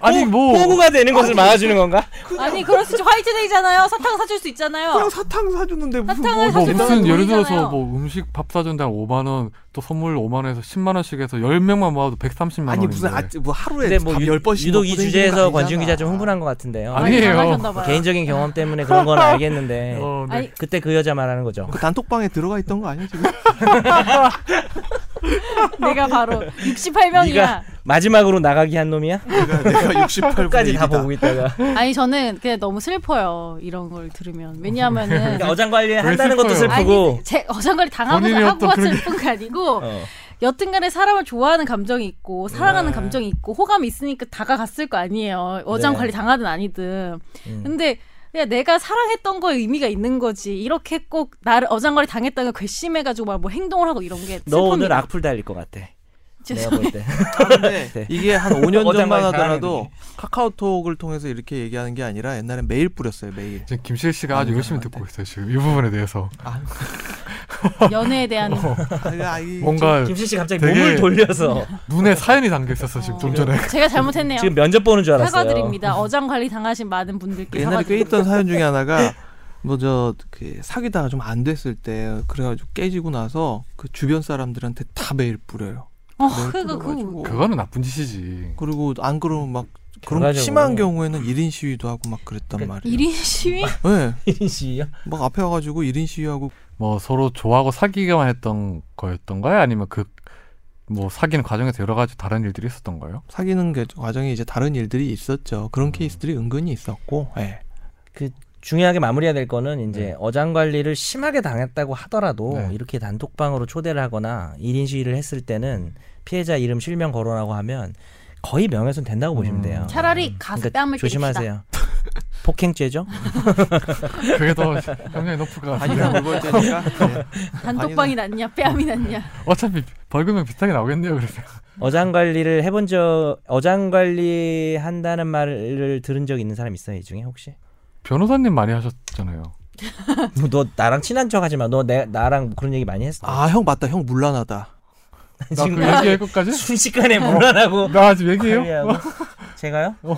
아니 뭐 호구가 되는 것을 막아주는 건가? 아니 그럴 수 있지 화이트데이잖아요. 사탕 사줄 수 있잖아요. 그냥 사탕 사주는데 무슨 사탕을 뭐 사실 무슨 예를 들어서 돈이잖아요. 뭐 음식 밥 사준다 5만 원, 또 선물 5만 원에서 10만 원씩 해서 10명만 모아도 130만 원. 아니 무슨 아, 뭐 근데 하루에 뭐 밥열 번씩 유독 이 먹고 생기는 주제에서 거 권지훈 기자 좀 아니잖아. 흥분한 것 같은데요. 아니, 아니에요. 당하셨나봐요. 개인적인 경험 때문에 그런 건 (laughs) 알겠는데 어, 네. 아니 그때 그 여자 말하는 거죠. 그 단톡방에 들어가 있던 거 아니야 지금? 내가 바로 68명이야. 네가 마지막으로 나가기 한 놈이야? 내가, 내가 68분의 끝까지 다 1이다. 보고 있다가 아니 저는 그냥 너무 슬퍼요 이런 걸 들으면 왜냐하면은 그러니까 어장 관리 슬퍼요? 한다는 것도 아니 슬프고 제 어장관리 당하고 본인이 하고 어떤 그런 슬픈 게 아니고 어. 여튼간에 사람을 좋아하는 감정이 있고 사랑하는 감정이 있고 호감이 있으니까 다가갔을 거 아니에요. 어장 네. 관리 당하든 아니든. 음. 근데 그냥 내가 사랑했던 거에 의미가 있는 거지. 이렇게 꼭 나를 어장 관리 당했다는 걸 괘씸해가지고 막 뭐 행동을 하고 이런 게 너 오늘 슬픕니다. 악플 달릴 것 같아. 내가 죄송해요. 볼 때. 아, (laughs) 근데 (laughs) 네. 이게 한 5년 전만 어장관리 하더라도 카카오톡을 통해서 이렇게 얘기하는 게 아니라 옛날에 메일 뿌렸어요 메일. 지금 김실 씨가 아주 아니, 열심히 잠깐만. 듣고 있어요 지금 이 부분에 대해서 아. 어, 연애에 대한 아, 이 뭔가 김실 씨 갑자기 되게- 몸을 돌려서 눈에 사연이 담겨 있었어 지금 어. 네. 좀 전에 제가 잘못했네요. 지금 면접 보는 줄 알았어요. 사과드립니다. 어장 관리 당하신 많은 분들께 옛날에 사과드립니다. 꿰있던 사연 중에 하나가 뭐 저 그 사귀다가 좀 안 됐을 때 그래가지고 깨지고 나서 그 주변 사람들한테 다 메일 뿌려요. 어, 내가 그거 그거 들어가지고. 그거는 나쁜 짓이지. 그리고 안 그러면 막 그런 결과적으로. 심한 (laughs) 경우에는 1인 시위도 하고 막 그랬단 그 말이에요. 일인 시위? 네, 이린 씨요? 막 앞에 와가지고 1인 시위하고 뭐 서로 좋아하고 사귀기만 했던 거였던가요? 아니면 그 뭐 사귀는 과정에서 여러 가지 다른 일들이 있었던 거예요? 음. 사귀는 게- 과정에 이제 다른 일들이 있었죠. 그런 케이스들이 은근히 있었고, 예. 중요하게 마무리해야 될 거는 이제 네. 어장 관리를 심하게 당했다고 하더라도 네. 이렇게 단톡방으로 초대를 하거나 1인 시위를 했을 때는 피해자 이름 실명 거론하고 하면 거의 명예훼손 된다고 보시면 음. 돼요. 차라리 가서 뺨을 때립시다. 조심하세요. (laughs) 폭행죄죠? 그게 더 형량이 높을 것 반이나 같아요. (laughs) 물건 때니까 단톡방이 낫냐 뺨이 낫냐. 어차피 벌금형 비슷하게 나오겠네요. 그래서 어장 관리를 해본 적 어장 관리 한다는 말을 들은 적 있는 사람 있어요 이 중에 혹시? 변호사님 많이 하셨잖아요. 뭐 너 나랑 친한 척 하지 마. 너 내, 나랑 뭐 그런 얘기 많이 했어. (laughs) 아 형 맞다 형 물란하다 나 그 얘기할 것까지? (laughs) 순식간에 물러나고 나 지금 얘기해요? 관리하고. 제가요? 어,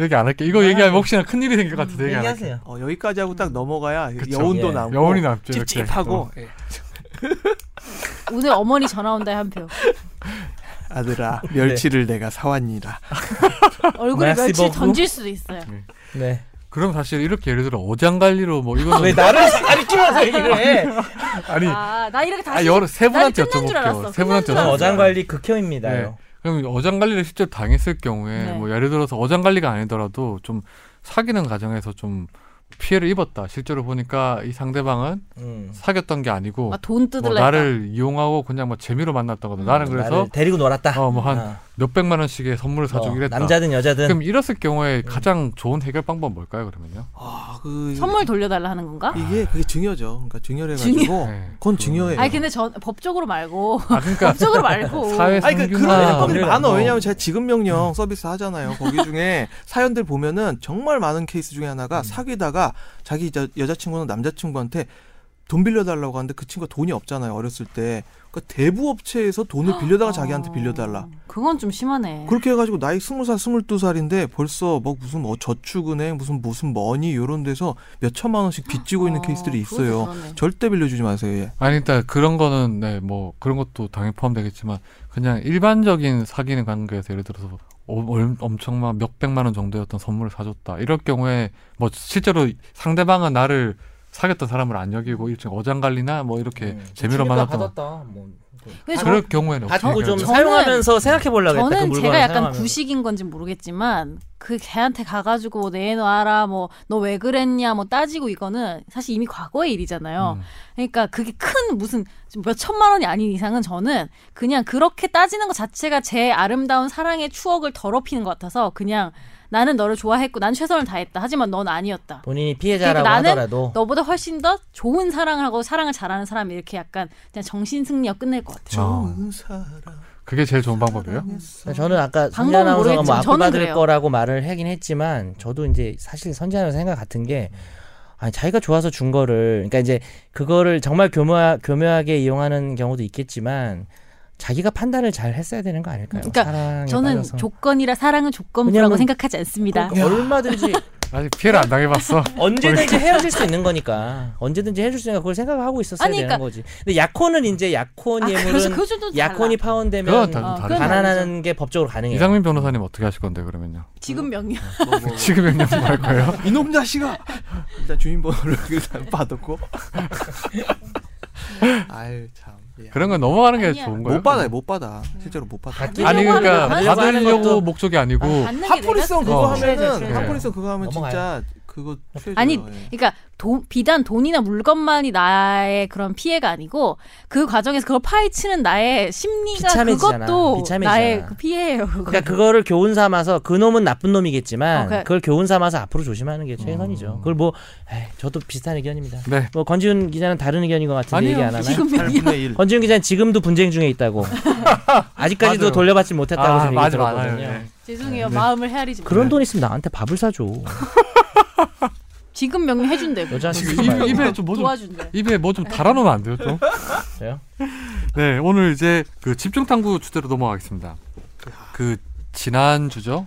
얘기 안 할게. 이거 뭐 얘기하면 혹시나 큰 일이 생길 것 같아서 얘기 안 할게. 얘기하세요. 어, 여기까지 하고 딱 넘어가야 그쵸. 여운도 예. 남고 여운이 남죠. 이렇게. 찝찝하고 어. 예. 오늘 어머니 전화 온다 한 표. (laughs) 아들아 멸치를 내가 사왔니라 얼굴에 Merci 멸치 beaucoup. 던질 수도 있어요. 네. 그럼 사실 이렇게 예를 들어 어장 관리로 뭐 이거는 아, 왜 나를 (laughs) 다리 끼워서 얘기를 해? 네. 아니 아 나 이렇게 다시 아, 여러 세 나는 분한테 끝난 줄 알았어. 여쭤볼게요. 세 분한테 저는 여쭤볼게요. 어장 관리 극혐입니다요. 네. 그럼 어장 관리를 실제로 당했을 경우에 네. 뭐 예를 들어서 어장 관리가 아니더라도 좀 사귀는 과정에서 좀 피해를 입었다. 실제로 보니까 이 상대방은 음. 사귀었던 게 아니고 아, 뭐돈 뜯을래. 나를 이용하고 그냥 뭐 재미로 만났다거나 나는 그래서 음, 나를 데리고 놀았다. 어, 뭐한 어, 몇백만 원씩의 선물을 어, 사주기로 했다. 남자든 여자든 그럼 이랬을 경우에 음. 가장 좋은 해결 방법 뭘까요? 그러면요? 아그 선물 돌려달라 하는 건가? 이게 그게 증여죠 그러니까 어. 증여해가지고 네. 그건 증여예요 아니 근데 전 법적으로 말고 아 (laughs) 그러니까 법적으로 말고 어. 사회 아니 그 그런 성균관. 사건들이 그래요. 많아 어. 왜냐하면 제가 지급명령 서비스 하잖아요 거기 중에 (laughs) 사연들 보면은 정말 많은 케이스 중에 하나가 사귀다가 자기 여, 여자친구는 남자친구한테 돈 빌려달라고 하는데 그 친구가 돈이 없잖아요 어렸을 때 그러니까 대부업체에서 돈을 빌려다가 자기한테 빌려달라 그건 좀 심하네. 그렇게 해가지고 나이 스무 살 스물두 살인데 벌써 뭐 무슨 뭐 저축은행 무슨 무슨 머니 요런 데서 몇 천만 원씩 빚지고 있는 어, 케이스들이 그것도 있어요 그러네. 절대 빌려주지 마세요 예. 아니 일단 그런 거는 네 뭐 그런 것도 당연히 포함되겠지만 그냥 일반적인 사귀는 관계에서 예를 들어서 어- 얼- 엄청만 몇 백만 원 정도의 어떤 선물을 사줬다 이럴 경우에 뭐 실제로 상대방은 나를 사귀었던 사람을 안 여기고 일종 어장관리나 뭐 이렇게 음. 재미로 충격을 만났던 거. 받았다. 뭐. 근데 저- 그럴 경우에는 받고 어떻게 좀 해요? 저는- 사용하면서 생각해 보려고 했다. 저는 그 물건을 제가 약간 사용하면서. 구식인 건지 모르겠지만 그 걔한테 가가지고 내놔라 뭐 너 왜 그랬냐 뭐 따지고 이거는 사실 이미 과거의 일이잖아요. 음. 그러니까 그게 큰 무슨 좀몇 천만 원이 아닌 이상은 저는 그냥 그렇게 따지는 것 자체가 제 아름다운 사랑의 추억을 더럽히는 것 같아서 그냥 나는 너를 좋아했고 난 최선을 다했다. 하지만 넌 아니었다. 본인이 피해자라고 그러니까 나는 하더라도 너보다 훨씬 더 좋은 사랑을 하고 사랑을 잘하는 사람이 이렇게 약간 그냥 정신 승리가 끝낼 것 같아요. 좋은 사람 그게 제일 좋은 방법이에요? 저는 아까 방법은 선재 아나운서가 뭐 모르겠지만 저는 압박받을 그래요. 거라고 말을 하긴 했지만 저도 이제 사실 선재 아나운서 생각 같은 게 아니 자기가 좋아서 준 거를 그러니까 이제 그거를 정말 교묘하, 교묘하게 이용하는 경우도 있겠지만 자기가 판단을 잘 했어야 되는 거 아닐까요? 그러니까 사랑에 저는 빠져서. 조건이라 사랑은 조건부라고 왜냐면- 생각하지 않습니다. 그러니까 얼마든지 아직 피해를 안 음. 당해봤어. (laughs) 언제든지 헤어질 수 있는 거니까 언제든지 헤어질 수 있는 거 그걸 생각을 하고 있었어야 아니, 그러니까 되는 거지. 근데 약혼은 이제 약혼 아, 그래서 예물은 그거 좀 달라. 약혼이 그건 파혼되면 다- 어, 다르죠. 그건 아니죠. 가난하는 게 법적으로 가능해요. 이상민 변호사님 어떻게 하실 건데 그러면요? 지금 명령. 지금 영향을 할 거예요? 이놈 자식아! 일단 주민번호를 (laughs) 일단 받았고. (laughs) 아유 참. 예. (laughs) 그런 건 넘어가는 게 아니야. 좋은 거예요? 못 받아요, 못 받아. 실제로 못 받아. 받기 아니 그러니까 받으려고 하는 받으려고 것도- 목적이 아니고 받는 게 내가 학벌이성 그거 어. 취해져, 하면은 취해져. 학벌이성 그거 하면 넘어가요. 진짜 그거 최저. 아니, 그러니까 돈- 비단 돈이나 물건만이 나의 그런 피해가 아니고 그 과정에서 그걸 파헤치는 나의 심리가 비참해지잖아. 그것도 비참해지잖아. 나의 그 피해예요. 그거. 그러니까 그거를 교훈 삼아서 그 놈은 나쁜 놈이겠지만 어, 그래. 그걸 교훈 삼아서 앞으로 조심하는 음. 게 최선이죠. 그걸 뭐 에이, 저도 비슷한 의견입니다. 네. 뭐 건지훈 기자는 다른 의견인 것 같은데 아니요. 얘기 안 하나요? 지금 명령. 예. 8분의 1. 건지훈 기자는 지금도 분쟁 (laughs) 중에 있다고 아직까지도 맞아요. 돌려받지 못했다고 아, 지금 얘기 맞아, 들었거든요. 맞아요. 네. 죄송해요. 마음을 헤아리지. 그런 못해요. 돈 있으면 나한테 밥을 사줘. 지금 명령 해준대. 뭐. 여자 지금 입- 입에 좀 뭐 좀 도와준대. 입에 뭐 좀 달아놓으면 안 돼요 좀? 저요? 네 오늘 이제 그 집중 탐구 주제로 넘어가겠습니다. 그 지난 주죠?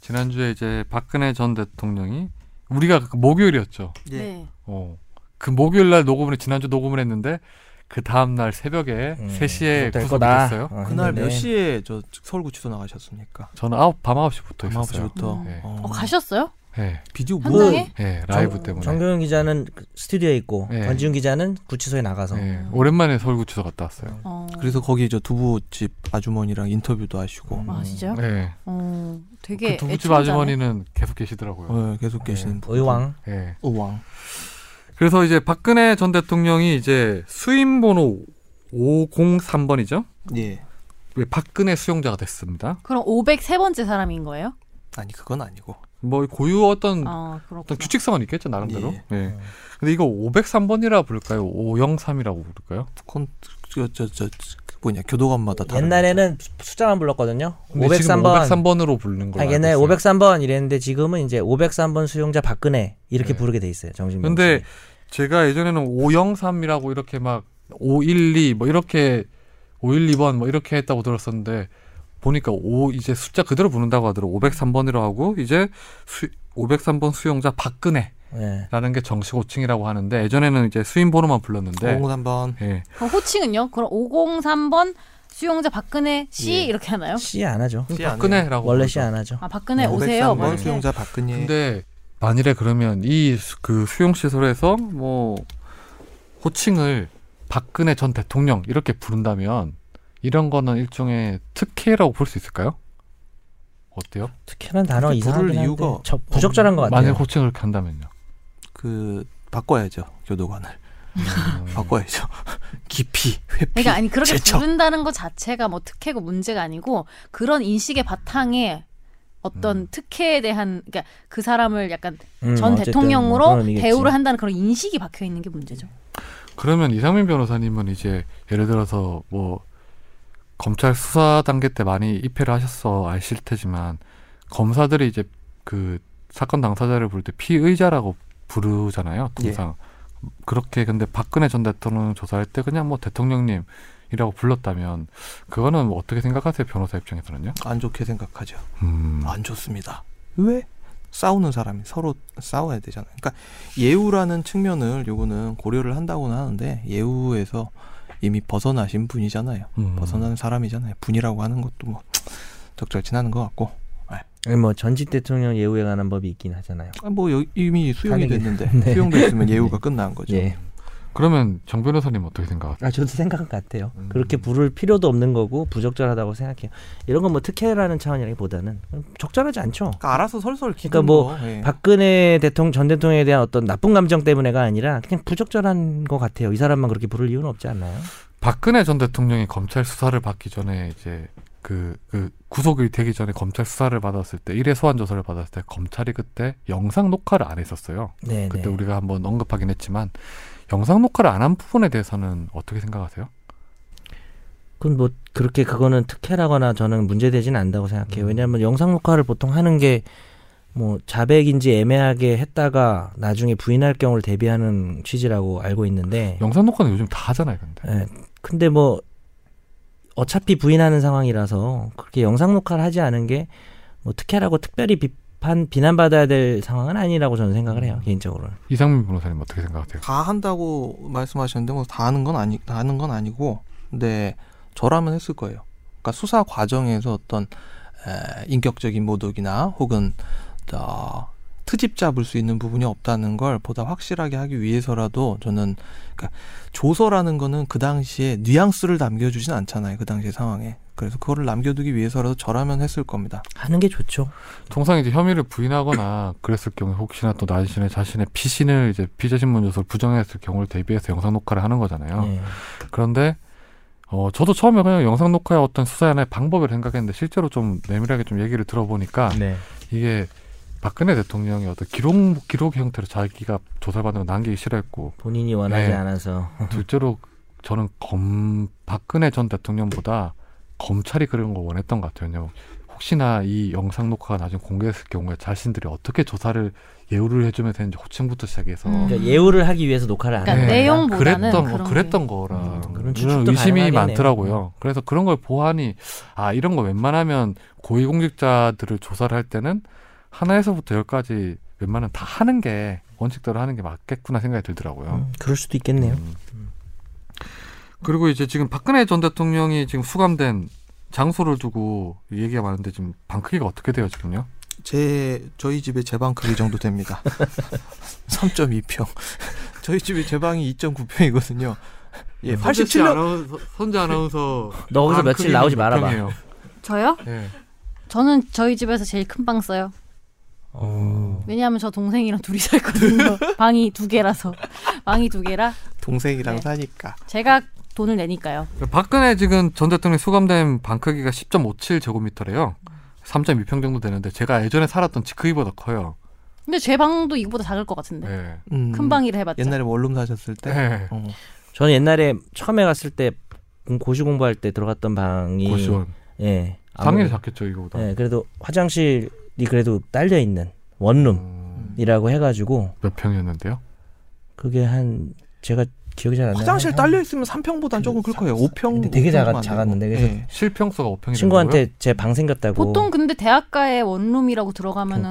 지난 주에 이제 박근혜 전 대통령이 우리가 그 목요일이었죠. 예. 네. 어. 그 목요일 날 녹음을 지난주 녹음을 했는데 그 다음 날 새벽에 음, 3시에 될 구속이 거다. 됐어요. 어, 그날 했는데. 네. 몇 시에 저 서울구치소 나가셨습니까? 저는 아홉 밤 9시부터 밤 있었어요. 9시부터. 네. 어, 가셨어요? 예, 비디오 뭐 현장에? 예, 라이브 때문에. 정경영 기자는 그 스튜디오에 있고 네. 권지훈 기자는 구치소에 나가서 예, 오랜만에 서울구치소 갔다 왔어요. 어. 그래서 거기 저 두부집 아주머니랑 인터뷰도 하시고 아 진짜요? 예. 어, 되게 그 두부집 애청자네. 아주머니는 계속 계시더라고요. 어, 계속 네. 계시는 분. 네. 의왕 예. 의왕. 그래서 이제 박근혜 전 대통령이 이제 수임번호 503번이죠? 예. 왜 박근혜 수용자가 됐습니다. 그럼 503번째 사람인 거예요? 아니 그건 아니고. 뭐 고유 어떤 아 그렇군. 어떤 규칙성은 있겠죠 나름대로. 예. 근데 이거 503번이라 부를까요? 503이라고 부를까요? 콘저저저 그 뭐냐 교도관마다 다른 옛날에는 수- 숫자만 불렀거든요. 근데 503번. 지금 503번으로 부르는 걸로 아, 알고 옛날에 있어요. 503번 이랬는데 지금은 이제 503번 수용자 박근혜 이렇게 네. 부르게 돼 있어요. 정신. 근데 제가 예전에는 503이라고 이렇게 막 512 뭐 이렇게 512번 뭐 이렇게 했다고 들었었는데 보니까 5 이제 숫자 그대로 부른다고 하더라고. 503번이라고 하고 이제 수, 503번 수용자 박근혜라는 예. 게 정식 호칭이라고 하는데 예전에는 이제 수임 번호만 불렀는데 어. 503번 예. 그럼 어, 호칭은요? 그럼 503번 수용자 박근혜 씨 예. 이렇게 하나요? 씨 안 하죠. 씨 아니에요. 박근혜라고 원래 부르죠. 씨 안 하죠. 아 박근혜 오세요. 뭐 503번 그 이렇게. 수용자 박근혜. 근데 만일에 그러면 이 그 수용 시설에서 뭐 호칭을 박근혜 전 대통령 이렇게 부른다면 이런 거는 일종의 특혜라고 볼 수 있을까요? 어때요? 특혜란 단어 부를 이상하긴 한데 이유가 저 부적절한 것 만일 어, 같아요. 호칭을 이렇게 한다면요. 그 바꿔야죠 교도관을 음, 바꿔야죠. (laughs) 깊이 회피. 그러니까 아니 그렇게 제쳐. 부른다는 것 자체가 뭐 특혜고 문제가 아니고 그런 인식의 바탕에 어떤 음. 특혜에 대한 그러니까 그 사람을 약간 음, 전 어쨌든 뭐 대통령으로 그런 의미겠지. 대우를 한다는 그런 인식이 박혀 있는 게 문제죠. 그러면 이상민 변호사님은 이제 예를 들어서 뭐 검찰 수사 단계 때 많이 입회를 하셨어 아실 테지만 검사들이 이제 그 사건 당사자를 부를 때 피의자라고 부르잖아요 예. 통상 그렇게 근데 박근혜 전 대통령 조사할 때 그냥 뭐 대통령님이라고 불렀다면 그거는 뭐 어떻게 생각하세요 변호사 입장에서는요? 안 좋게 생각하죠. 음, 안 좋습니다. 왜? 싸우는 사람이 서로 싸워야 되잖아요. 그러니까 예우라는 측면을 요거는 고려를 한다고는 하는데 예우에서 이미 벗어나신 분이잖아요. 음. 벗어난 사람이잖아요. 분이라고 하는 것도 뭐 적절치 않은 것 같고 네, 뭐 전직 대통령 예우에 관한 법이 있긴 하잖아요. 아, 뭐 여- 이미 수용이 당연히. 됐는데 (laughs) 네. 수용됐으면 예우가 끝난 거죠. 예. 그러면 정 변호사님 어떻게 생각하세요? 아 저도 생각은 같아요. 음. 그렇게 부를 필요도 없는 거고 부적절하다고 생각해요. 이런 건 뭐 특혜라는 차원이라기보다는 적절하지 않죠. 그러니까 알아서 설설 기는 그러니까 뭐 거. 예. 박근혜 대통령 전 대통령에 대한 어떤 나쁜 감정 때문에가 아니라 그냥 부적절한 것 같아요. 이 사람만 그렇게 부를 이유는 없지 않나요? 박근혜 전 대통령이 검찰 수사를 받기 전에 이제 그, 그 구속이 되기 전에 검찰 수사를 받았을 때 일회 소환 조사를 받았을 때 검찰이 그때 영상 녹화를 안 했었어요. 네, 그때 네. 우리가 한번 언급하긴 했지만 영상 녹화를 안 한 부분에 대해서는 어떻게 생각하세요? 그건 뭐 그렇게 그거는 특혜라거나 저는 문제되지는 않다고 음. 생각해요. 왜냐하면 영상 녹화를 보통 하는 게 뭐 자백인지 애매하게 했다가 나중에 부인할 경우를 대비하는 취지라고 알고 있는데. 영상 녹화는 요즘 다 하잖아요, 근데. 예. 근데 뭐 어차피 부인하는 상황이라서 그렇게 영상 녹화를 하지 않은 게 뭐 특혜라고 특별히 비판 비난받아야 될 상황은 아니라고 저는 생각을 해요 개인적으로는. 이상민 변호사님 어떻게 생각하세요? 다 한다고 말씀하셨는데 뭐 다 하는 건 아니 다 하는 건 아니고 근데 저라면 했을 거예요. 그러니까 수사 과정에서 어떤 에, 인격적인 모독이나 혹은 어, 트집 잡을 수 있는 부분이 없다는 걸 보다 확실하게 하기 위해서라도 저는 그러니까 조서라는 거는 그 당시에 뉘앙스를 남겨주진 않잖아요. 그 당시 상황에. 그래서 그거를 남겨두기 위해서라도 저라면 했을 겁니다. 하는 게 좋죠. 통상 이제 혐의를 부인하거나 그랬을 경우 혹시나 또 나신의 자신의 피신을 이제 피자신문 조서를 부정했을 경우를 대비해서 영상 녹화를 하는 거잖아요. 예. 그런데 어 저도 처음에 그냥 영상 녹화의 어떤 수사의 하나의 방법을 생각했는데 실제로 좀 내밀하게 좀 얘기를 들어보니까 네. 이게 박근혜 대통령이 어떤 기록 기록 형태로 자기가 조사받는 거 남기기 싫어했고 본인이 원하지 네. 않아서. 둘째로 저는 검 박근혜 전 대통령보다 검찰이 그런 걸 원했던 것 같아요. 왜냐면 혹시나 이 영상 녹화가 나중에 공개됐을 경우에 자신들이 어떻게 조사를 예우를 해주면 되는지 호칭부터 시작해서 음. 그러니까 예우를 하기 위해서 녹화를 안 그러니까 한다. 내용보다는 그랬던 그런 거, 그랬던 거라 음, 그런 그런 추측도 의심이 가능하겠네요. 음. 많더라고요. 그래서 그런 걸 보하니 아 이런 거 웬만하면 고위공직자들을 조사를 할 때는 하나에서부터 열까지 웬만하면 다 하는 게 원칙대로 하는 게 맞겠구나 생각이 들더라고요. 음, 그럴 수도 있겠네요. 음. 그리고 이제 지금 박근혜 전 대통령이 지금 수감된 장소를 두고 얘기가 많은데 지금 방크기가 어떻게 돼요 지금요? 제 저희 집에 제 방 크기 정도 됩니다. (laughs) 3.2평. (laughs) 저희 집에 제 방이 2.9평이거든요. 예, 선재 씨 87년 아나운서, 선재 아나운서 너 (laughs) 거기서 방 며칠 크기는 나오지 말아봐. 평이에요. 저요? 예. 저는 저희 집에서 제일 큰 방 써요. 어. 왜냐하면 저 동생이랑 둘이 (laughs) 살거든요. 방이 두 개라서 방이 두 개라 동생이랑 네. 사니까. 제가 돈을 내니까요. 박근혜 지금 전 대통령 이 수감된 방 크기가 10.57 제곱미터래요. 3.2평 정도 되는데 제가 예전에 살았던 집 크기보다 커요. 근데 제 방도 이거보다 작을 것 네. 같은데 예. 음, 큰 방이라 해봤자 옛날에 원룸 사셨을 때. 예. 어. 저는 옛날에 처음에 갔을 때 공- 고시 공부할 때 들어갔던 방이 고시원. 예. 당연히 아무래도- 작겠죠 이거보다. 예, 그래도 화장실이 그래도 딸려 있는 원룸이라고 음, 해 가지고 몇 평이었는데요? 그게 한 제가 기억이 잘 안 나요. 화장실 한- 딸려 있으면 3평보단 조금 클 거예요. 5평. 네. 근데 되게 작아- 작았는데 그래서 예. 실평수가 5평이 친구한테 제 방 생겼다고 보통 근데 대학가에 원룸이라고 들어가면은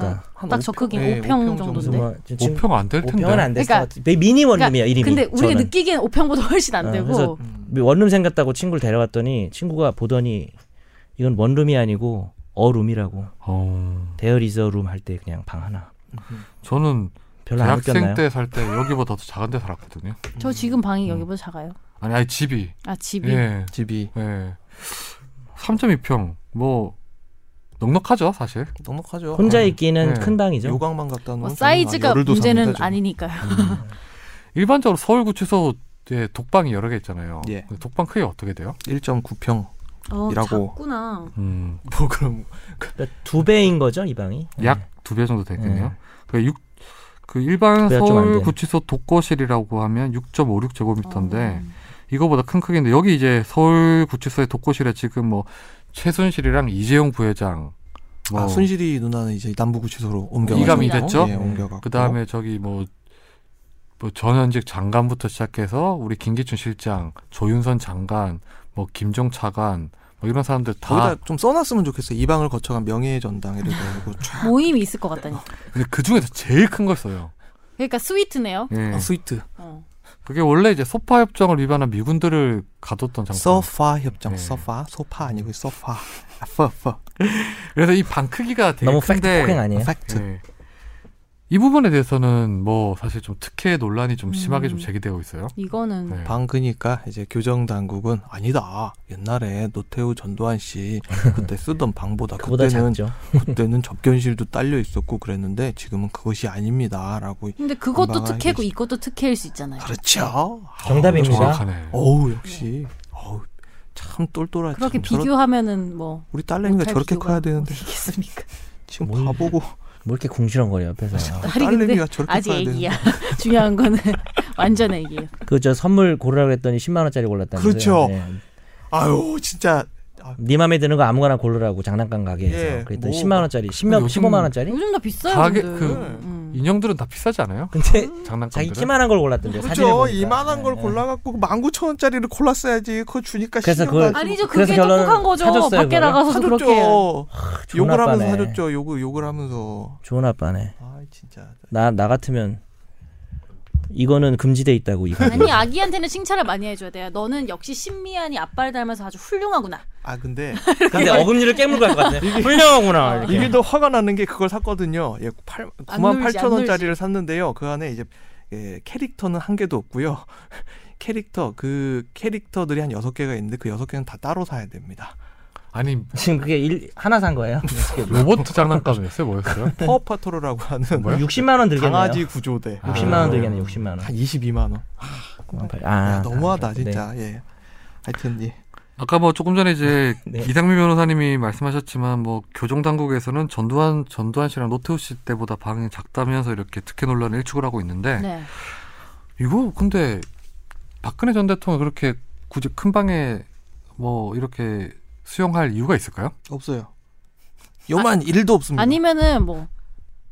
뭐 그러니까 딱 저 크기 5평 정도인데. 그래서 뭐 지금 5평 안 될 텐데. 5평은 안 됐을 그러니까- 것 같아. 미니 원룸이야 이름이. 근데 우리가 저는. 느끼기엔 5평보다 훨씬 안 어, 되고 그래서 음. 원룸 생겼다고 친구를 데려갔더니 친구가 보더니 이건 원룸이 아니고 어룸이라고 어, 대여리저룸 할 때 그냥 방 하나. 저는 별로 안 대학생 웃겼나요? 때 살 때 여기보다 더 작은 데 살았거든요. 저 지금 방이 여기보다 작아요. 아니, 아니 집이. 아 집이 예. 집이 예. 3.2평. 뭐 넉넉하죠, 사실. 넉넉하죠. 음. 혼자 어, 있기는 예. 큰 방이죠. 요강만 갖다 놓은 뭐 사이즈가 문제는 아니니까요. 일반적으로 서울 구치소에 독방이 여러 개 있잖아요. 예. 근데 독방 크기 어떻게 돼요? 1.9평. 어, 이라고. 작구나. 음. 뭐 그럼 그러니까 두 배인 거죠 이 방이. 예. 약 두 배 정도 되겠네요. 그러니까 육- 그 일반 예. 그래야 좀안 서울 되는. 구치소 독거실이라고 하면 6.56 아. 제곱미터인데 어. 이거보다 큰 크기인데 여기 이제 서울 구치소의 독거실에 지금 뭐 최순실이랑 이재용 부회장 뭐 아, 순실이 누나는 이제 남부구치소로 옮겨 이감이 됐죠? 예, 옮겨가. 그다음에 저기 뭐, 뭐 전현직 장관부터 시작해서 우리 김기춘 실장, 조윤선 장관, 뭐 김종 차관 뭐 이런 사람들 다 아. 거기다 좀 써놨으면 좋겠어요. 이 방을 거쳐간 명예의 전당 이래고 모임이 있을 것 같다니까. 근데 그 중에서 제일 큰 걸 써요. 그러니까 스위트네요. 예. 스위트 어. 그게 원래 이제 소파 협정을 위반한 미군들을 가뒀던 장소. 소파 협정 네. 소파 소파 아니고 소파 아, 퍼퍼 그래서 이 방 크기가 되게 네. 너무 팩트 큰데 폭행 아니에요? 팩트 예. 이 부분에 대해서는 뭐 사실 좀 특혜 논란이 좀 심하게 좀 음. 제기되고 있어요. 이거는 네. 방 그니까 이제 교정 당국은 아니다 옛날에 노태우 전두환 (laughs) 씨 그때 쓰던 방보다 그보다 그때는 작죠. 그때는 접견실도 딸려 있었고 그랬는데 지금은 그것이 아닙니다라고 근데 그것도 금방 특혜고 알겠습니다. 이것도 특혜일 수 있잖아요. 그렇죠 정답입니다. 정확하네. 어우 역시 어우 참 똘똘하지 그렇게 참 그렇죠. 저런- 비교하면은 뭐 우리 딸내미가 못할 저렇게 비교가 커야 되는데 되겠습니까? 지금 뭘- 바보고 뭐 이렇게 궁시렁거려 옆에서. 딸이 근데 딸내미가 저렇게 아, 아직 커야 애기야. 되는데 (laughs) 중요한 거는 완전 애기예요. 그 저 선물 고르라고 했더니 10만 원짜리 골랐다면서요. 그렇죠. 예. 아유 진짜 네 맘에 드는 거 아무거나 고르라고 장난감 가게에서 예, 그랬더니 뭐. 10만 원짜리, 10만, 요즘- 15만 원짜리. 네? 요즘 다 비싸요. 가게- 근데. 그- 음. 인형들은 다 비싸지 않아요? 근데 자기 장난감들은. 키만한 걸 골랐던데. 사진을 음? 그렇죠 보니까. 이만한 걸 예, 예. 골라갖고 19,000원짜리를 골라 써야지 그거 주니까 그래서 신경도 그걸 안 쓰고 아니죠. 그래서 그게 결론은 똑똑한 거죠. 사줬어요, 밖에 그거를? 나가서도 그렇게 (laughs) 해요. 사줬죠 좋은 욕을 하면서 아빠네. 사줬죠 욕을 욕을 하면서 좋은 아빠네. 아 진짜 나, 나 같으면 이거는 금지돼 있다고 이거. 아니 아기한테는 칭찬을 많이 해줘야 돼요. 너는 역시 신미안이 아빠를 닮아서 아주 훌륭하구나. 아 (laughs) 근데 근데 어금니를 깨물고 할 것 (laughs) 같네. 훌륭하구나. 이렇게. 이게 더 화가 나는 게 그걸 샀거든요 예, 8, 안 9만 놀지, 8천 안 원짜리를 샀는데요 그 안에 이제 예, 캐릭터는 한 개도 없고요 (laughs) 캐릭터 그 캐릭터들이 한 여섯 개가 있는데 그 여섯 개는다 따로 사야 됩니다 아니 지금 그게 일, 하나 산 (laughs) 거예요? 로봇 장난감이었어요? (laughs) 뭐였어요? 파워파토로라고 하는 뭐야? 네. 60만 원 들겠네요. 강아지 구조대 아. 60만 원 들겠네. 60만 원. 한 22만 원 아, 야, 너무하다 네. 진짜. 예. 하여튼 예. 아까 뭐 조금 전에 이제 네. 이상민 변호사님이 말씀하셨지만 뭐 교정 당국에서는 전두환 전두환 씨랑 노태우 씨 때보다 방이 작다면서 이렇게 특혜 논란을 일축을 하고 있는데 네. 이거 근데 박근혜 전 대통령 그렇게 굳이 큰 방에 뭐 이렇게 수용할 이유가 있을까요? 없어요. 요만 일도 없습니다. 아니면은 뭐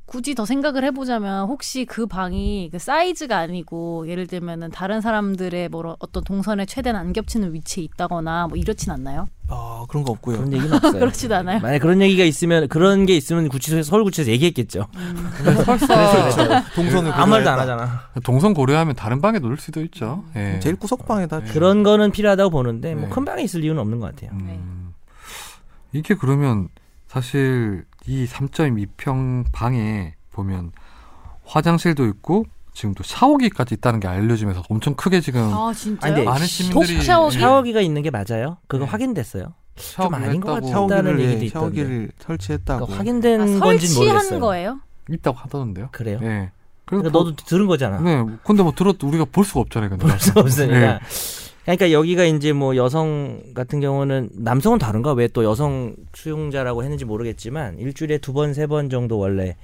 굳이 더 생각을 해보자면 혹시 그 방이 그 사이즈가 아니고 예를 들면은 다른 사람들의 뭐 어떤 동선에 최대한 안 겹치는 위치에 있다거나 뭐 이렇진 않나요? 아 그런 거 없고요. 그런 얘기는 없어요. 그렇지도 않아요. 만약 그런 얘기가 있으면 그런 게 있으면 구치소에 서울 구치소에서 얘기했겠죠. 음. 네. 설사 동선을 아무 말도 안 고려했다. 하잖아. 동선 고려하면 다른 방에 놓을 수도 있죠. 음, 예. 제일 구석방에다 네. 그런 거는 필요하다고 보는데 네. 네. 뭐 큰 방에 있을 이유는 없는 것 같아요. 음. 이게 그러면 사실 이 3.2평 방에 보면 화장실도 있고 지금도 샤워기까지 있다는 게 알려지면서 엄청 크게 지금 아 진짜요? 아니, 근데 많은 시민들이 샤워기. 샤워기가 있는 게 맞아요? 음. 그거 네. 확인됐어요? 샤워기를 아닌 것 했다고 같은데. 없다는 예, 얘기도 있던데. 샤워기를 네. 설치했다고. 네. 그러니까 확인된 아, 건지 설치한 모르겠어요. 거예요? 있다고 하던데요. 그래요? 네. 그러니까 너도 들은 거잖아. (laughs) 네. 근데 뭐 들었 우리가 볼 수가 없잖아요. 근데 볼 수 네. 없으니까. 그러니까 여기가 이제 뭐 여성 같은 경우는 남성은 다른가 왜 또 여성 수용자라고 했는지 모르겠지만 일주일에 두 번 세 번 정도 원래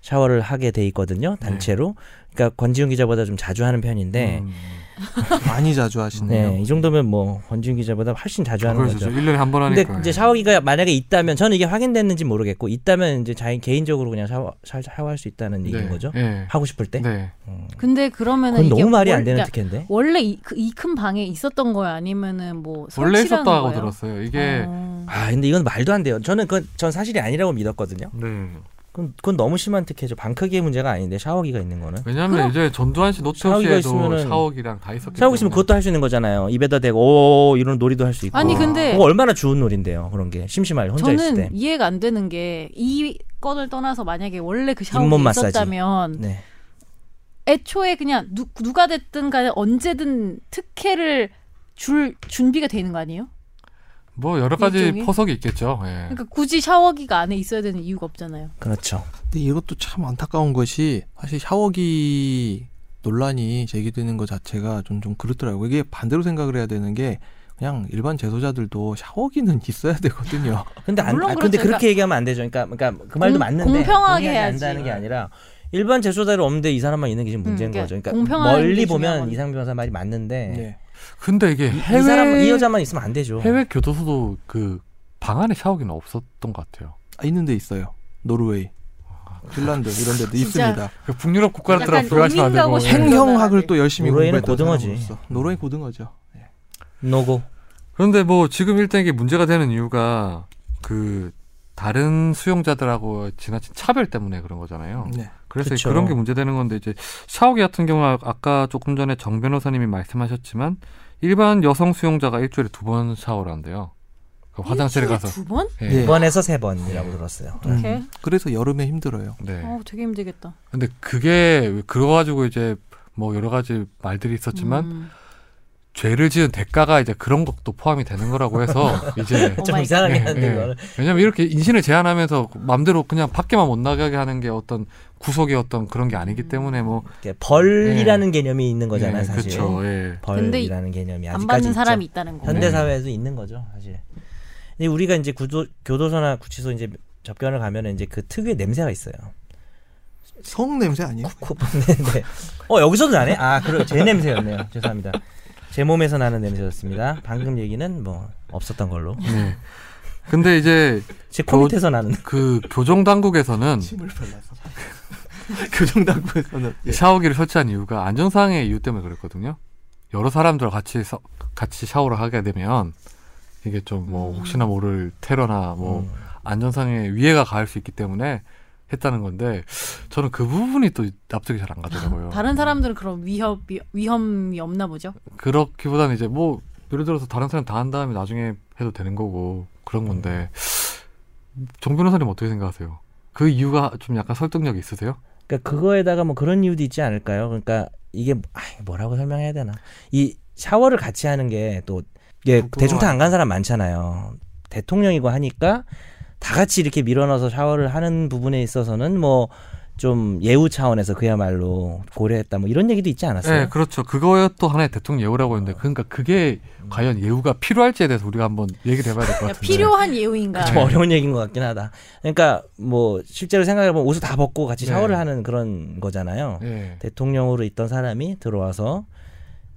샤워를 하게 돼 있거든요 단체로. 그러니까 권지훈 기자보다 좀 자주 하는 편인데 네. 음. 많이 자주 하시네요. 네, 이 정도면 뭐 권지훈 기자보다 훨씬 자주 하는 아, 그래서 거죠. 1년에 한 번 근데 하니까. 이제 샤워기가 만약에 있다면 저는 이게 확인됐는지 모르겠고 있다면 이제 자기 개인적으로 그냥 샤워 샤- 샤워할 수 있다는 네. 얘기인 거죠. 네. 하고 싶을 때. 네. 근데 그러면은 그건 이게 너무 말이 원- 안 되는 그러니까 특혜인데. 원래 이 큰 방에 있었던 거예요? 아니면은 뭐 원래 설치를 한 있었다고 거예요? 들었어요. 이게 어. 아 근데 이건 말도 안 돼요. 저는 그건 전 사실이 아니라고 믿었거든요. 네. 그건, 그건 너무 심한 특혜죠. 방 크기의 문제가 아닌데 샤워기가 있는 거는. 왜냐면 이제 전두환 씨 노태우 샤워기가 씨에도 있으면은- 샤워기랑 다 있었기 샤워기 있으면 때문에. 그것도 할 수 있는 거잖아요. 입에다 대고 오 이런 놀이도 할 수 있고. 아니 근데 그거 얼마나 좋은 놀인데요. 그런 게 심심할 혼자 있을 때. 저는 이해가 안 되는 게 이 건을 떠나서 만약에 원래 그 샤워기 잇몸 마사지. 있었다면 네. 애초에 그냥 누, 누가 됐든 간에 언제든 특혜를 줄 준비가 돼 있는 거 네. 아니에요? 뭐 여러 가지 일종의? 포석이 있겠죠. 예. 그러니까 굳이 샤워기가 안에 있어야 되는 이유가 없잖아요. 그렇죠. 근데 이것도 참 안타까운 것이 사실 샤워기 논란이 제기되는 것 자체가 좀, 좀 그렇더라고요. 이게 반대로 생각을 해야 되는 게 그냥 일반 재소자들도 샤워기는 (laughs) 있어야 되거든요. 근데 안 물론 아, 근데 그렇죠. 그렇게 얘기하면 안 되죠. 그러니까 그러니까 그 말도 공- 맞는데 공평하게 동의하지 해야지. 않는다는 게 아니라 일반 재소자로 없는데 이 사람만 있는 게 지금 음, 문제인 그러니까 거죠. 그러니까 공평한 게 멀리 중요한 보면 거죠. 이상 변호사 말이 맞는데 네. 근데 이게 이, 네. 해외 이 사람 이 여자만 있으면 안 되죠. 해외 교도소도 그 방 안에 샤워기는 없었던 것 같아요. 아, 있는 데 있어요. 노르웨이, 핀란드 이런 데도 있습니다. 그 북유럽 국가들하고 약간 비교하시면 안 되고. 예. 농민 가고 싶은- 행형학을 또 열심히 노르웨이는 공부했던 고등어지. 사람으로서. 노르웨이 고등어죠. 노고. 그런데 뭐 지금 일단 이게 문제가 되는 이유가 그 다른 수용자들하고 지나친 차별 때문에 그런 음, 거잖아요. 네. 그래서 그쵸. 그런 게 문제되는 건데 이제 샤오기 같은 경우 아까 조금 전에 정 변호사님이 말씀하셨지만 일반 여성 수용자가 일주일에 두 번 샤워를 한대요. 그 화장실에 일주일에 가서. 두 번? 예. 예. 두 번에서 세 번이라고 들었어요. 음. 오케이. 그래서 여름에 힘들어요. 네. 어 되게 힘들겠다. 근데 그게 왜 그거 가지고 이제 뭐 여러 가지 말들이 있었지만 음. 죄를 지은 대가가 이제 그런 것도 포함이 되는 거라고 (laughs) 해서 이제 오 좀 마이 이상하게 갓. 하는데 예, 이거는. 왜냐면 이렇게 인신을 제한하면서 맘대로 그냥 밖에만 못 나가게 하는 게 어떤 구속의 어떤 그런 게 아니기 때문에 뭐 이렇게 벌이라는 개념이 있는 거잖아요, 예, 사실. 그쵸, 예. 벌이라는 개념이 안 네, 아직까지 받는 있죠. 사람이 있다는 거. 네. 현대 사회에도 있는 거죠, 사실. 근데 우리가 이제 구조, 교도소나 구치소 이제 접견을 가면은 이제 그 특유의 냄새가 있어요. 성 냄새 아니에요? 코코네. 어 여기서도 나네? 아, 그래 제 냄새였네요. 죄송합니다. 제 몸에서 나는 냄새였습니다. 방금 얘기는 뭐 없었던 걸로. 네. 근데 이제 제 코 교- 밑에서 나는. 그 교정 당국에서는 침을 (laughs) 발라서. 그 교정당구에서는 예. 샤워기를 설치한 이유가 안전상의 이유 때문에 그랬거든요. 여러 사람들 같이 서- 같이 샤워를 하게 되면 이게 좀 뭐 혹시나 모를 테러나 뭐 음. 안전상의 위해가 가할 수 있기 때문에 했다는 건데 저는 그 부분이 또 납득이 잘 안 가더라고요. 아, 다른 사람들은 그런 위협 위험이 없나 보죠. 그렇기보다는 이제 뭐 예를 들어서 다른 사람 다 한 다음에 나중에 해도 되는 거고 그런 건데 정 변호사님 어떻게 생각하세요? 그 이유가 좀 약간 설득력이 있으세요? 그러니까 그거에다가 뭐 그런 이유도 있지 않을까요? 그러니까 이게 뭐- 아이, 뭐라고 설명해야 되나? 이 샤워를 같이 하는 게 또 이게 부끄러워요. 대중탕 안 간 사람 많잖아요. 대통령이고 하니까 다 같이 이렇게 밀어넣어서 샤워를 하는 부분에 있어서는 뭐 좀 예우 차원에서 그야말로 고려했다 뭐 이런 얘기도 있지 않았어요? 네, 그렇죠. 그것도 하나의 대통령 예우라고 했는데, 그러니까 그게 과연 예우가 필요할지에 대해서 우리가 한번 얘기를 해봐야 될 것 그러니까 같은데. 필요한 예우인가. 좀 네. 어려운 얘기인 것 같긴 하다. 그러니까 뭐 실제로 생각해 보면 옷을 다 벗고 같이 네. 샤워를 하는 그런 거잖아요. 예, 대통령으로 있던 사람이 들어와서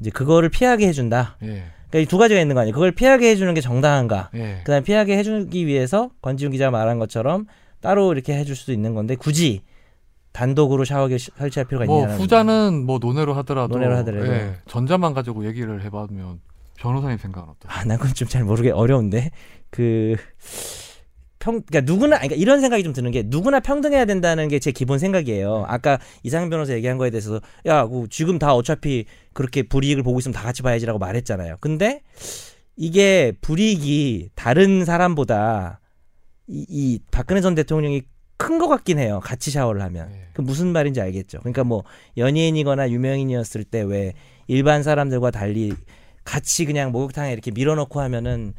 이제 그거를 피하게 해준다. 예, 그러니까 이두 가지가 있는 거 아니에요. 그걸 피하게 해주는 게 정당한가. 예. 그다음 에 피하게 해주기 위해서 권지훈 기자가 말한 것처럼 따로 이렇게 해줄 수도 있는 건데 굳이 단독으로 샤워기 시- 설치할 필요가 뭐 있냐. 후자는 뭐 논외로 하더라도, 논외로 하더라도. 예, 전자만 가지고 얘기를 해보면 변호사님 생각은 어떠세요? 아, 난 그건 좀 잘 모르게 어려운데 그. 평, 그러니까 누구나, 그러니까 이런 생각이 좀 드는 게 누구나 평등해야 된다는 게 제 기본 생각이에요. 아까 이상 변호사 얘기한 거에 대해서 야, 뭐 지금 다 어차피 그렇게 불이익을 보고 있으면 다 같이 봐야지라고 말했잖아요. 근데 이게 불이익이 다른 사람보다 이, 이 박근혜 전 대통령이 큰 것 같긴 해요. 같이 샤워를 하면. 예. 그 무슨 말인지 알겠죠. 그러니까 뭐 연예인이거나 유명인이었을 때 왜 일반 사람들과 달리 같이 그냥 목욕탕에 이렇게 밀어넣고 하면은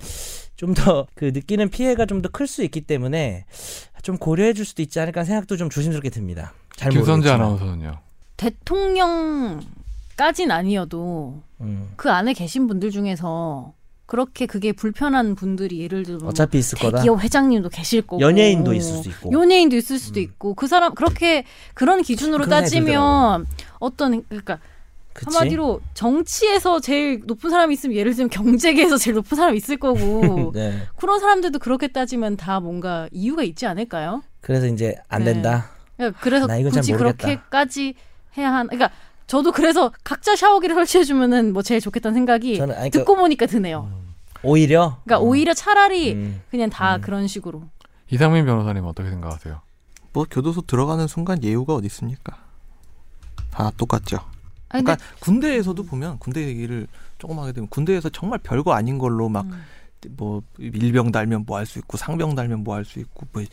좀 더 그 느끼는 피해가 좀 더 클 수 있기 때문에 좀 고려해 줄 수도 있지 않을까 하는 생각도 좀 조심스럽게 듭니다. 잘 김선재 모르겠지만. 아나운서는요. 대통령까진 아니어도 음. 그 안에 계신 분들 중에서 그렇게 그게 불편한 분들이 예를 들면 뭐 어차피 있을 거다. 대기업 회장님도 계실 거고 연예인도 있을 수도 있고. 음. 연예인도 있을 수도 있고 그 사람 그렇게 그런 기준으로 그런 따지면 어떤 그러니까 그치? 한마디로 정치에서 제일 높은 사람이 있으면 예를 들면 경제계에서 제일 높은 사람이 있을 거고 (laughs) 네. 그런 사람들도 그렇게 따지면 다 뭔가 이유가 있지 않을까요? 그래서 이제 안 네. 된다. 그러니까 그래서 나 이건 잘 굳이 모르겠다. 그렇게까지 해야 한 그러니까 저도 그래서 각자 샤워기를 설치해 주면은 뭐 제일 좋겠다는 생각이 저는 아니, 그러니까 듣고 보니까 드네요. 오히려 그러니까 오히려 차라리 음. 그냥 다 그런 식으로 이상민 변호사님 어떻게 생각하세요? 뭐 교도소 들어가는 순간 예우가 어디 있습니까? 다 똑같죠. 아니, 그러니까 군대에서도 보면 군대 얘기를 조금 하게 되면 군대에서 정말 별거 아닌 걸로 막 음. 뭐 일병 달면 뭐 할 수 있고 상병 달면 뭐 할 수 있고 뭐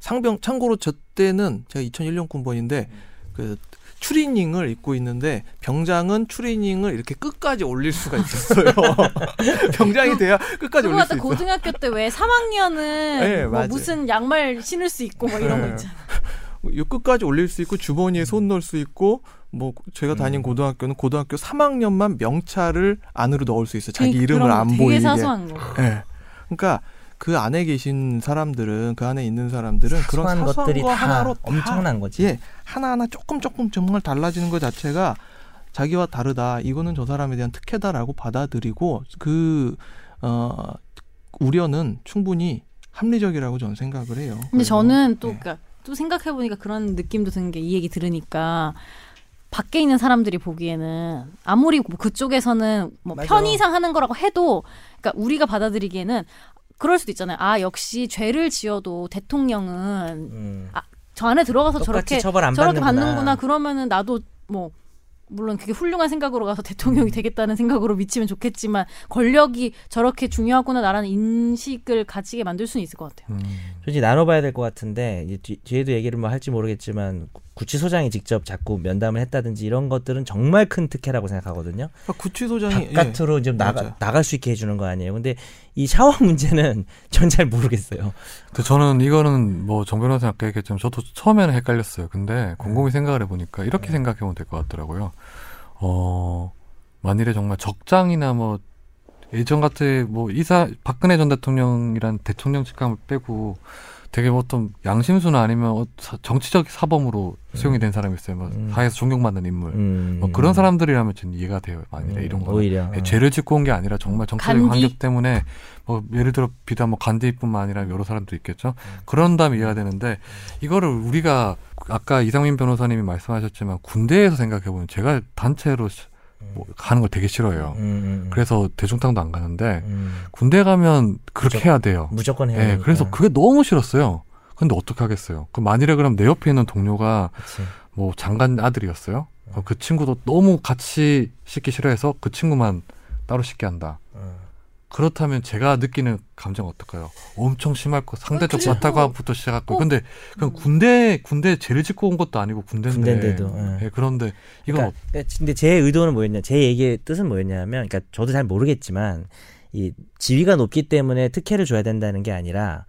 상병 참고로 저 때는 제가 2001년 군번인데 그 추리닝을 입고 있는데 병장은 추리닝을 이렇게 끝까지 올릴 수가 있었어요. (laughs) 병장이 돼야 그거 끝까지 올릴 수 같다 있어. 고등학교 때 왜 3학년은 예, 뭐 맞아요. 무슨 양말 신을 수 있고 뭐 이런 거 예. 있잖아. 요 끝까지 올릴 수 있고 주머니에 손 넣을 수 있고 뭐 제가 음. 다닌 고등학교는 고등학교 3학년만 명찰을 안으로 넣을 수 있어. 자기 되게 이름을 그런 거 안 되게 보이게. 사소한 거. 예. 그러니까 그 안에 계신 사람들은 그 안에 있는 사람들은 그런 사소한 사소한 것들이 거 다 하나로 엄청난 거지. 예 하나하나 조금 조금 정말 달라지는 것 자체가 자기와 다르다 이거는 저 사람에 대한 특혜다라고 받아들이고 그 어, 우려는 충분히 합리적이라고 저는 생각을 해요. 근데 네. 그래서, 저는 또 예. 그러니까 또 생각해 보니까 그런 느낌도 드는 게 이 얘기 들으니까 밖에 있는 사람들이 보기에는 아무리 뭐 그쪽에서는 뭐 맞아. 편의상 하는 거라고 해도 그러니까 우리가 받아들이기에는 그럴 수도 있잖아요. 아 역시 죄를 지어도 대통령은 음. 저 안에 들어가서 똑같이 저렇게 처벌 안 저렇게 받는구나. 받는구나 그러면은 나도 뭐 물론 그게 훌륭한 생각으로 가서 음. 대통령이 되겠다는 생각으로 미치면 좋겠지만 권력이 저렇게 중요하구나 나라는 인식을 가지게 만들 수는 있을 것 같아요. 음. 솔직히 나눠봐야 될 것 같은데 이제 뒤, 뒤에도 얘기를 뭐 할지 모르겠지만 구- 구치소장이 직접 자꾸 면담을 했다든지 이런 것들은 정말 큰 특혜라고 생각하거든요. 그러니까 구치소장이 예. 바깥으로 좀 나가, 맞아요. 나갈 수 있게 해주는 거 아니에요. 근데 이 샤워 문제는 (laughs) 전 잘 모르겠어요. 근데 저는 이거는 뭐 정 변호사님 아까 얘기했지만 저도 처음에는 헷갈렸어요. 근데 네. 곰곰이 생각을 해보니까 이렇게 생각해보면 될 것 같더라고요. 어, 만일에 정말 적장이나 뭐 예전 같은 뭐 이사 박근혜 전 대통령이란 대통령 직함을 빼고 되게 뭐 어떤 양심수나 아니면 어, 사- 정치적 사범으로 수용이 된 사람이 있어요. 뭐 네. 음. 사회에서 존경받는 인물. 음. 뭐 그런 사람들이라면 저는 이해가 돼요. 만일에 음, 이런 거 오히려 예, 죄를 짓고 온 게 아니라 정말 정치적인 간디. 환경 때문에 뭐 예를 들어 비단 뭐 간디뿐만 아니라 여러 사람도 있겠죠. 그런 다음 이해가 되는데 이거를 우리가 아까 이상민 변호사님이 말씀하셨지만 군대에서 생각해 보면 제가 단체로 시- 뭐 가는 걸 되게 싫어해요. 음, 음, 음. 그래서 대중탕도 안 가는데 음. 군대 가면 그렇게 그죠. 음. 해야 돼요. 무조건 해야 예, 되니까. 그래서 그게 너무 싫었어요. 근데 어떻게 하겠어요? 그 만일에 그럼 내 옆에 있는 동료가 그치. 뭐 장관 아들이었어요. 어, 그 친구도 너무 같이 씻기 싫어해서 그 친구만 따로 씻게 한다. 어. 그렇다면 제가 느끼는 감정 어떨까요? 엄청 심할 거 상대적 그렇죠. 그리고 바타과부터 시작하고 어. 꼭- 근데 그냥 군대 군대 죄를 짓고 온 것도 아니고 군대인데 음. 군대인데도, 예. 예, 그런데 이건 그러니까, 근데 제 의도는 뭐였냐, 제 얘기의 뜻은 뭐였냐면, 그러니까 저도 잘 모르겠지만, 이 지위가 높기 때문에 특혜를 줘야 된다는 게 아니라,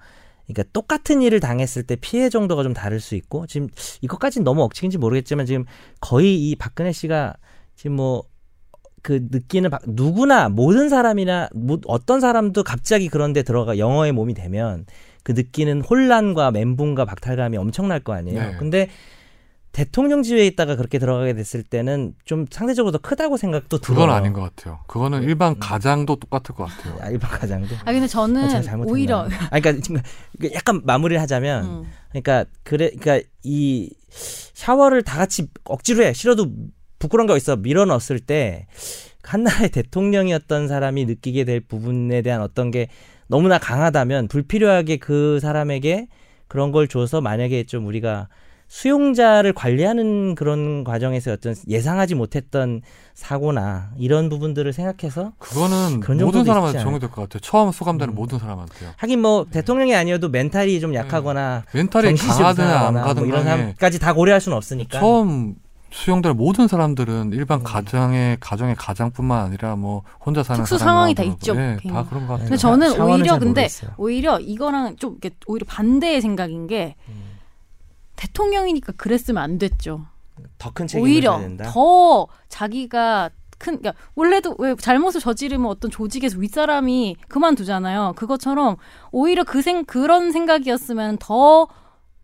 그러니까 똑같은 일을 당했을 때 피해 정도가 좀 다를 수 있고, 지금 이것까지는 너무 억측인지 모르겠지만 지금 거의 이 박근혜 씨가 지금 뭐. 그 느끼는 바- 누구나 모든 사람이나 모- 어떤 사람도 갑자기 그런데 들어가 영어의 몸이 되면 그 느끼는 혼란과 멘붕과 박탈감이 엄청날 거 아니에요. 네. 근데 대통령 지위에 있다가 그렇게 들어가게 됐을 때는 좀 상대적으로 더 크다고 생각도 들어요. 그건 아닌 것 같아요. 그거는 네. 일반 가장도 똑같을 것 같아요. 아, 일박 가장도. 아 근데 아, 제가 저는 잘못했나요? 오히려 아, 그러니까 지금 약간 마무리를 하자면 음. 그러니까 그래 그러니까 이 샤워를 다 같이 억지로 해 싫어도 부끄러운 거 있어 밀어 넣었을 때 한나라의 (laughs) 대통령이었던 사람이 느끼게 될 부분에 대한 어떤 게 너무나 강하다면 불필요하게 그 사람에게 그런 걸 줘서 만약에 좀 우리가 수용자를 관리하는 그런 과정에서 어떤 예상하지 못했던 사고나 이런 부분들을 생각해서 그거는 모든 그런 정도도 사람한테 있지 적용될 것 같아요. 처음 수감되는 음. 모든 사람한테요. 하긴 뭐 대통령이 아니어도 멘탈이 좀 약하거나 네. 멘탈이 정신이 강하든 안 이상하거나 가든 뭐 이런 간에 사람까지 다 고려할 수는 없으니까 처음 수용되는 모든 사람들은 일반 음. 가정의 가정의 가장뿐만 아니라 뭐 혼자 사는 특수 사람이나 상황이 다 그런 있죠, 네. 거. 예, 개인은. 다 그런 것 네. 같아요. 근데 저는 사- 상황을 오히려 잘 근데 모르겠어요. 오히려 이거랑 좀 이렇게 오히려 반대의 생각인 게 음. 대통령이니까 그랬으면 안 됐죠. 더큰 책임을 오히려 져야 된다. 더 자기가 큰 그러니까 원래도 왜 잘못을 저지르면 어떤 조직에서 윗사람이 그만두잖아요. 그것처럼 오히려 그 생 그런 생각이었으면 더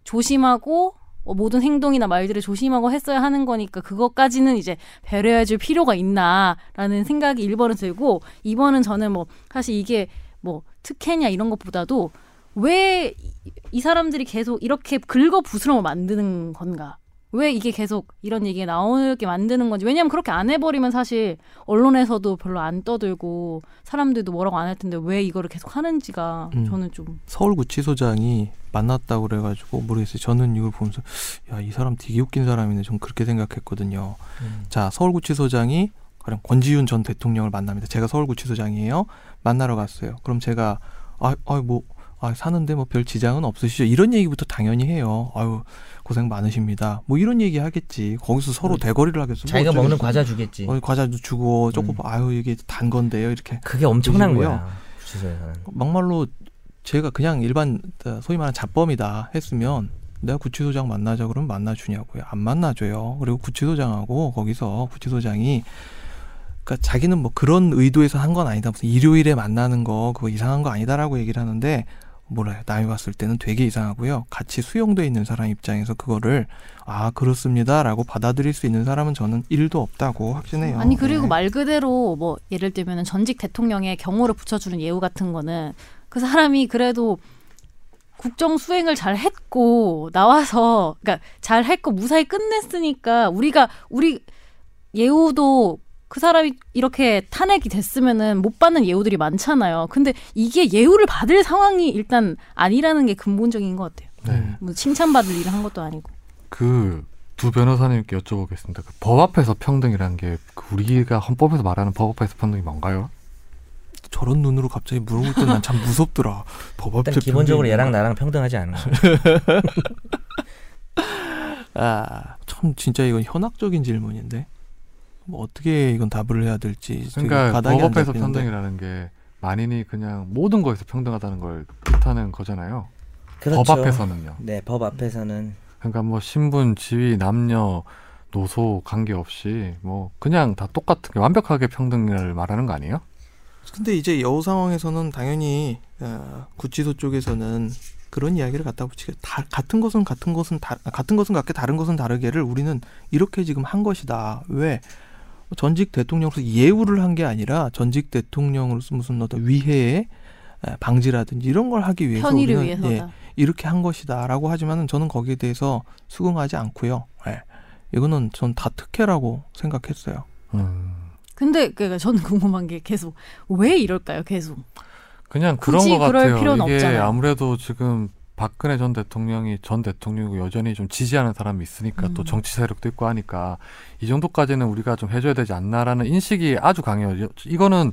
조심하고 어, 모든 행동이나 말들을 조심하고 했어야 하는 거니까 그것까지는 이제 배려해 줄 필요가 있나라는 생각이 1번은 들고 2번은 저는 뭐 사실 이게 뭐 특혜냐 이런 것보다도 왜 이 사람들이 계속 이렇게 긁어 부스럼을 만드는 건가? 왜 이게 계속 이런 얘기가 나오게 만드는 건지 왜냐면 그렇게 안 해버리면 사실 언론에서도 별로 안 떠들고 사람들도 뭐라고 안 할 텐데 왜 이거를 계속 하는지가 음. 저는 좀 서울구치소장이 만났다고 그래가지고 모르겠어요. 저는 이걸 보면서 야 이 사람 되게 웃긴 사람이네. 전 그렇게 생각했거든요. 음. 자 서울구치소장이 가령 권지윤 전 대통령을 만납니다. 제가 서울구치소장이에요. 만나러 갔어요. 그럼 제가 아아뭐 아, 사는데 뭐 별 지장은 없으시죠? 이런 얘기부터 당연히 해요. 아유 고생 많으십니다. 뭐 이런 얘기 하겠지. 거기서 서로 음. 대거리를 하겠어. 자기가 뭐 먹는 어쩌겠어. 과자 주겠지. 어, 과자도 주고 음. 조금 아유 이게 단 건데요. 이렇게 그게 엄청난 드시고요. 거야. 구치소에서는. 막말로 제가 그냥 일반 어, 소위 말하는 잡범이다 했으면 내가 구치소장 만나자 그러면 만나주냐고요 안 만나줘요 그리고 구치소장하고 거기서 구치소장이 그러니까 자기는 뭐 그런 의도에서 한 건 아니다 무슨 일요일에 만나는 거 그거 이상한 거 아니다라고 얘기를 하는데 몰라요 남이 봤을 때는 되게 이상하고요 같이 수용돼 있는 사람 입장에서 그거를 아 그렇습니다라고 받아들일 수 있는 사람은 저는 일도 없다고 확신해요 아니 그리고 네. 말 그대로 뭐 예를 들면 전직 대통령의 경호를 붙여주는 예우 같은 거는 그 사람이 그래도 국정 수행을 잘 했고 나와서 그러니까 잘 했고 무사히 끝냈으니까 우리가 우리 예우도 그 사람이 이렇게 탄핵이 됐으면은 못 받는 예우들이 많잖아요. 근데 이게 예우를 받을 상황이 일단 아니라는 게 근본적인 것 같아요. 네. 뭐 칭찬받을 일을 한 것도 아니고. 그 두 변호사님께 여쭤보겠습니다. 그법 앞에서 평등이라는 게그 우리가 헌법에서 말하는 법 앞에서 평등이 뭔가요? 저런 눈으로 갑자기 물어볼 때 난 참 (laughs) 무섭더라 법 앞에 일단 기본적으로 평등이 얘랑 나랑 (laughs) 평등하지 않은 거야. 아, 참 진짜 이건 현학적인 질문인데 뭐 어떻게 이건 답을 해야 될지 되게 그러니까 가닥이 법 안 앞에서 잡히는데. 평등이라는 게 만인이 그냥 모든 거에서 평등하다는 걸 뜻하는 거잖아요. 법 그렇죠. 앞에서는요. 네, 법 앞에서는 그러니까 뭐 신분, 지위, 남녀, 노소 관계없이 뭐 그냥 다 똑같은 게 완벽하게 평등을 말하는 거 아니에요? 근데 이제 여우 상황에서는 당연히 어, 구치소 쪽에서는 그런 이야기를 갖다 붙이게 다 같은 것은 같은 것은 다 아, 같은 것은 같게 다른 것은 다르게를 우리는 이렇게 지금 한 것이다 왜 전직 대통령으로서 예우를 한 게 아니라 전직 대통령으로서 무슨 어떤 위해의 에, 방지라든지 이런 걸 하기 위해서 편의를 우리는, 위해서다. 예, 이렇게 한 것이다라고 하지만은 저는 거기에 대해서 수긍하지 않고요. 예. 이거는 전 다 특혜라고 생각했어요. 음. 근데 그러니까 저는 궁금한 게 계속 왜 이럴까요? 계속. 그냥 그런 굳이 거 그럴 같아요. 필요는 이게 없잖아요. 아무래도 지금 박근혜 전 대통령이 전 대통령이고 여전히 좀 지지하는 사람이 있으니까 음. 또 정치 세력도 있고 하니까 이 정도까지는 우리가 좀 해줘야 되지 않나라는 인식이 아주 강해요. 여- 이거는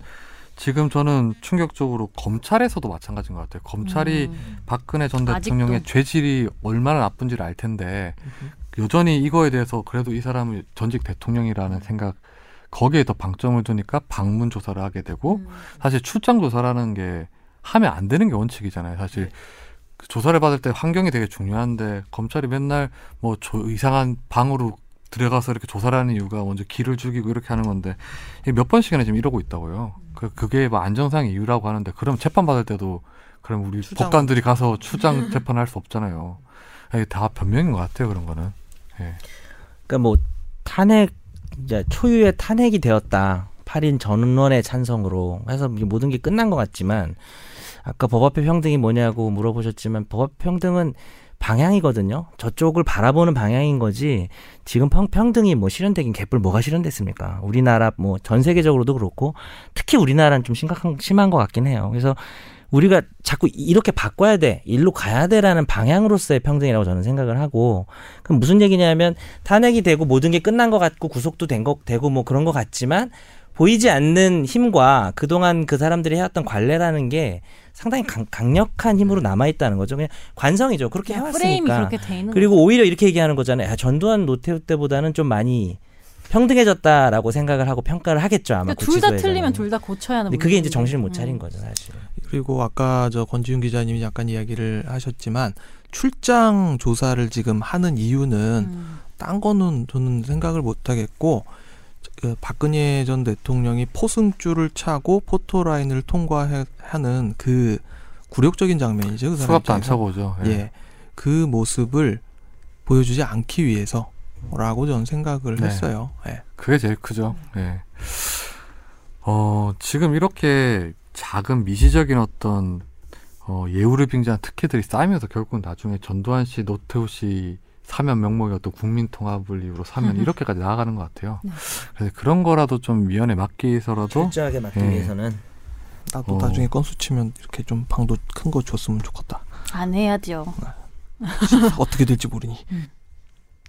지금 저는 충격적으로 검찰에서도 마찬가지인 것 같아요. 검찰이 음. 박근혜 전 아직도. 대통령의 죄질이 얼마나 나쁜지를 알 텐데 여전히 이거에 대해서 그래도 이 사람은 전직 대통령이라는 생각 거기에 더 방점을 두니까 방문 조사를 하게 뭐 되고 음. 사실 출장 조사라는 게 하면 안 되는 게 원칙이잖아요. 사실 그 조사를 받을 때 환경이 되게 중요한데 검찰이 맨날 뭐 조- 이상한 방으로 들어가서 이렇게 조사를 하는 이유가 먼저 길을 죽이고 이렇게 하는 건데 이게 몇 번씩이나 지금 이러고 있다고요. 그 그게 뭐 안정상 이유라고 하는데 그럼 재판 받을 때도 그럼 우리 출장. 법관들이 가서 출장 재판할 수 없잖아요. 이게 다 변명인 것 같아요 그런 거는. 예. 그러니까 뭐 탄핵 이제 초유의 탄핵이 되었다. 8인 전원의 찬성으로 해서 이게 모든 게 끝난 것 같지만 아까 법 앞의 평등이 뭐냐고 물어보셨지만 법 앞의 평등은 방향이거든요. 저쪽을 바라보는 방향인 거지. 지금 평, 평등이 뭐 실현되긴 개뿔 뭐가 실현됐습니까? 우리나라 뭐 전 세계적으로도 그렇고 특히 우리나라는 좀 심각한 심한 것 같긴 해요. 그래서 우리가 자꾸 이렇게 바꿔야 돼, 일로 가야 돼라는 방향으로서의 평등이라고 저는 생각을 하고, 그럼 무슨 얘기냐면 탄핵이 되고 모든 게 끝난 것 같고 구속도 된 것 되고 뭐 그런 것 같지만 보이지 않는 힘과 그동안 그 사람들이 해왔던 관례라는 게 상당히 강, 강력한 힘으로 남아 있다는 거죠. 그냥 관성이죠. 그렇게 해왔으니까. 프레임이 그렇게 돼 있는 거 그리고 오히려 이렇게 얘기하는 거잖아요. 야, 전두환 노태우 때보다는 좀 많이 평등해졌다라고 생각을 하고 평가를 하겠죠 아마 그러니까 둘 다 구치소에서는. 틀리면 둘 다 고쳐야 하는 근데 그게 이제 문제인데. 정신을 못 차린 음. 거죠 사실. 그리고 아까 저 권지윤 기자님이 잠깐 이야기를 하셨지만 출장 조사를 지금 하는 이유는 음. 딴 거는 저는 생각을 못 하겠고 그 박근혜 전 대통령이 포승줄을 차고 포토라인을 통과하는 그 굴욕적인 장면이죠. 그 사람 수갑도 안 입장에서. 차보죠. 예. 그 모습을 보여주지 않기 위해서라고 저는 생각을 네. 했어요. 예. 그게 제일 크죠. 네. 예. 어, 지금 이렇게 작은 미시적인 어떤 어, 예우를 빙자한 특혜들이 쌓이면서 결국은 나중에 전두환 씨, 노태우 씨 사면 명목의 어떤 국민 통합을 이유로 사면 음. 이렇게까지 나아가는 것 같아요. 네. 그렇죠. 그래서 그런 거라도 좀 위원회 맡기 위해서라도 철저하게 막기 예. 위해서는 나도 어. 나중에 건수 치면 이렇게 좀 방도 큰 거 줬으면 좋겠다. 안 해야죠. 어떻게 될지 모르니.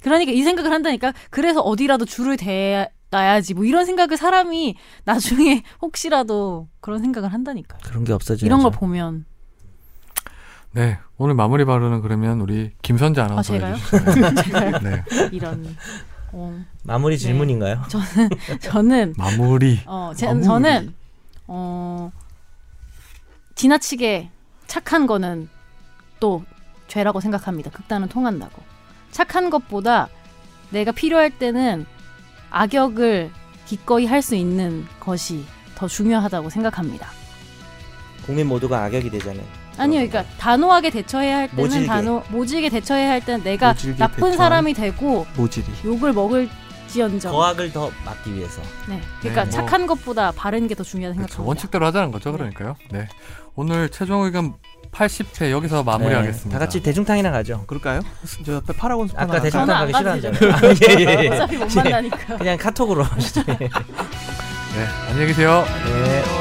그러니까 이 생각을 한다니까 그래서 어디라도 줄을 대놔야지 뭐 이런 생각을 사람이 나중에 (laughs) 혹시라도 그런 생각을 한다니까 그렇죠, 그런 게 없어져. 이런 걸 보면 네 오늘 마무리 발언은 그러면 우리 김선재 아나운서 제가요? 해주시면 (laughs) (laughs) 네 이런 어, 마무리 네. 질문인가요? 저는 마무리 어 제, 저는 어 지나치게 착한 거는 또 죄라고 생각합니다. 극단은 통한다고. 착한 것보다 내가 필요할 때는 악역을 기꺼이 할 수 있는 것이 더 중요하다고 생각합니다. 국민 모두가 악역이 되잖아요. 아니요, 그러니까 단호하게 대처해야 할 때는 모질게. 단호, 모질게 대처해야 할 때는 내가 모질게 나쁜 대처하는- 사람이 되고 모질이. 욕을 먹을지언정. 거악을 더 막기 위해서. 네, 그러니까 네, 뭐- 착한 것보다 바른 게 더 중요하다 그렇죠. 생각합니다. 원칙대로 하자는 거죠 네. 그러니까요. 네 오늘 최종 의견 80회 여기서 마무리하겠습니다. 네. 다 같이 대중탕이나 가죠. 그럴까요? 저 옆에 파라곤 스파 아까 하나 대충 저는 탕 가기 안 가도 (laughs) 싫어하잖아요. 아, 예, 예, 예. 어차피 못 만나니까. (laughs) 그냥 카톡으로 하시죠. 네 안녕히 계세요. 예.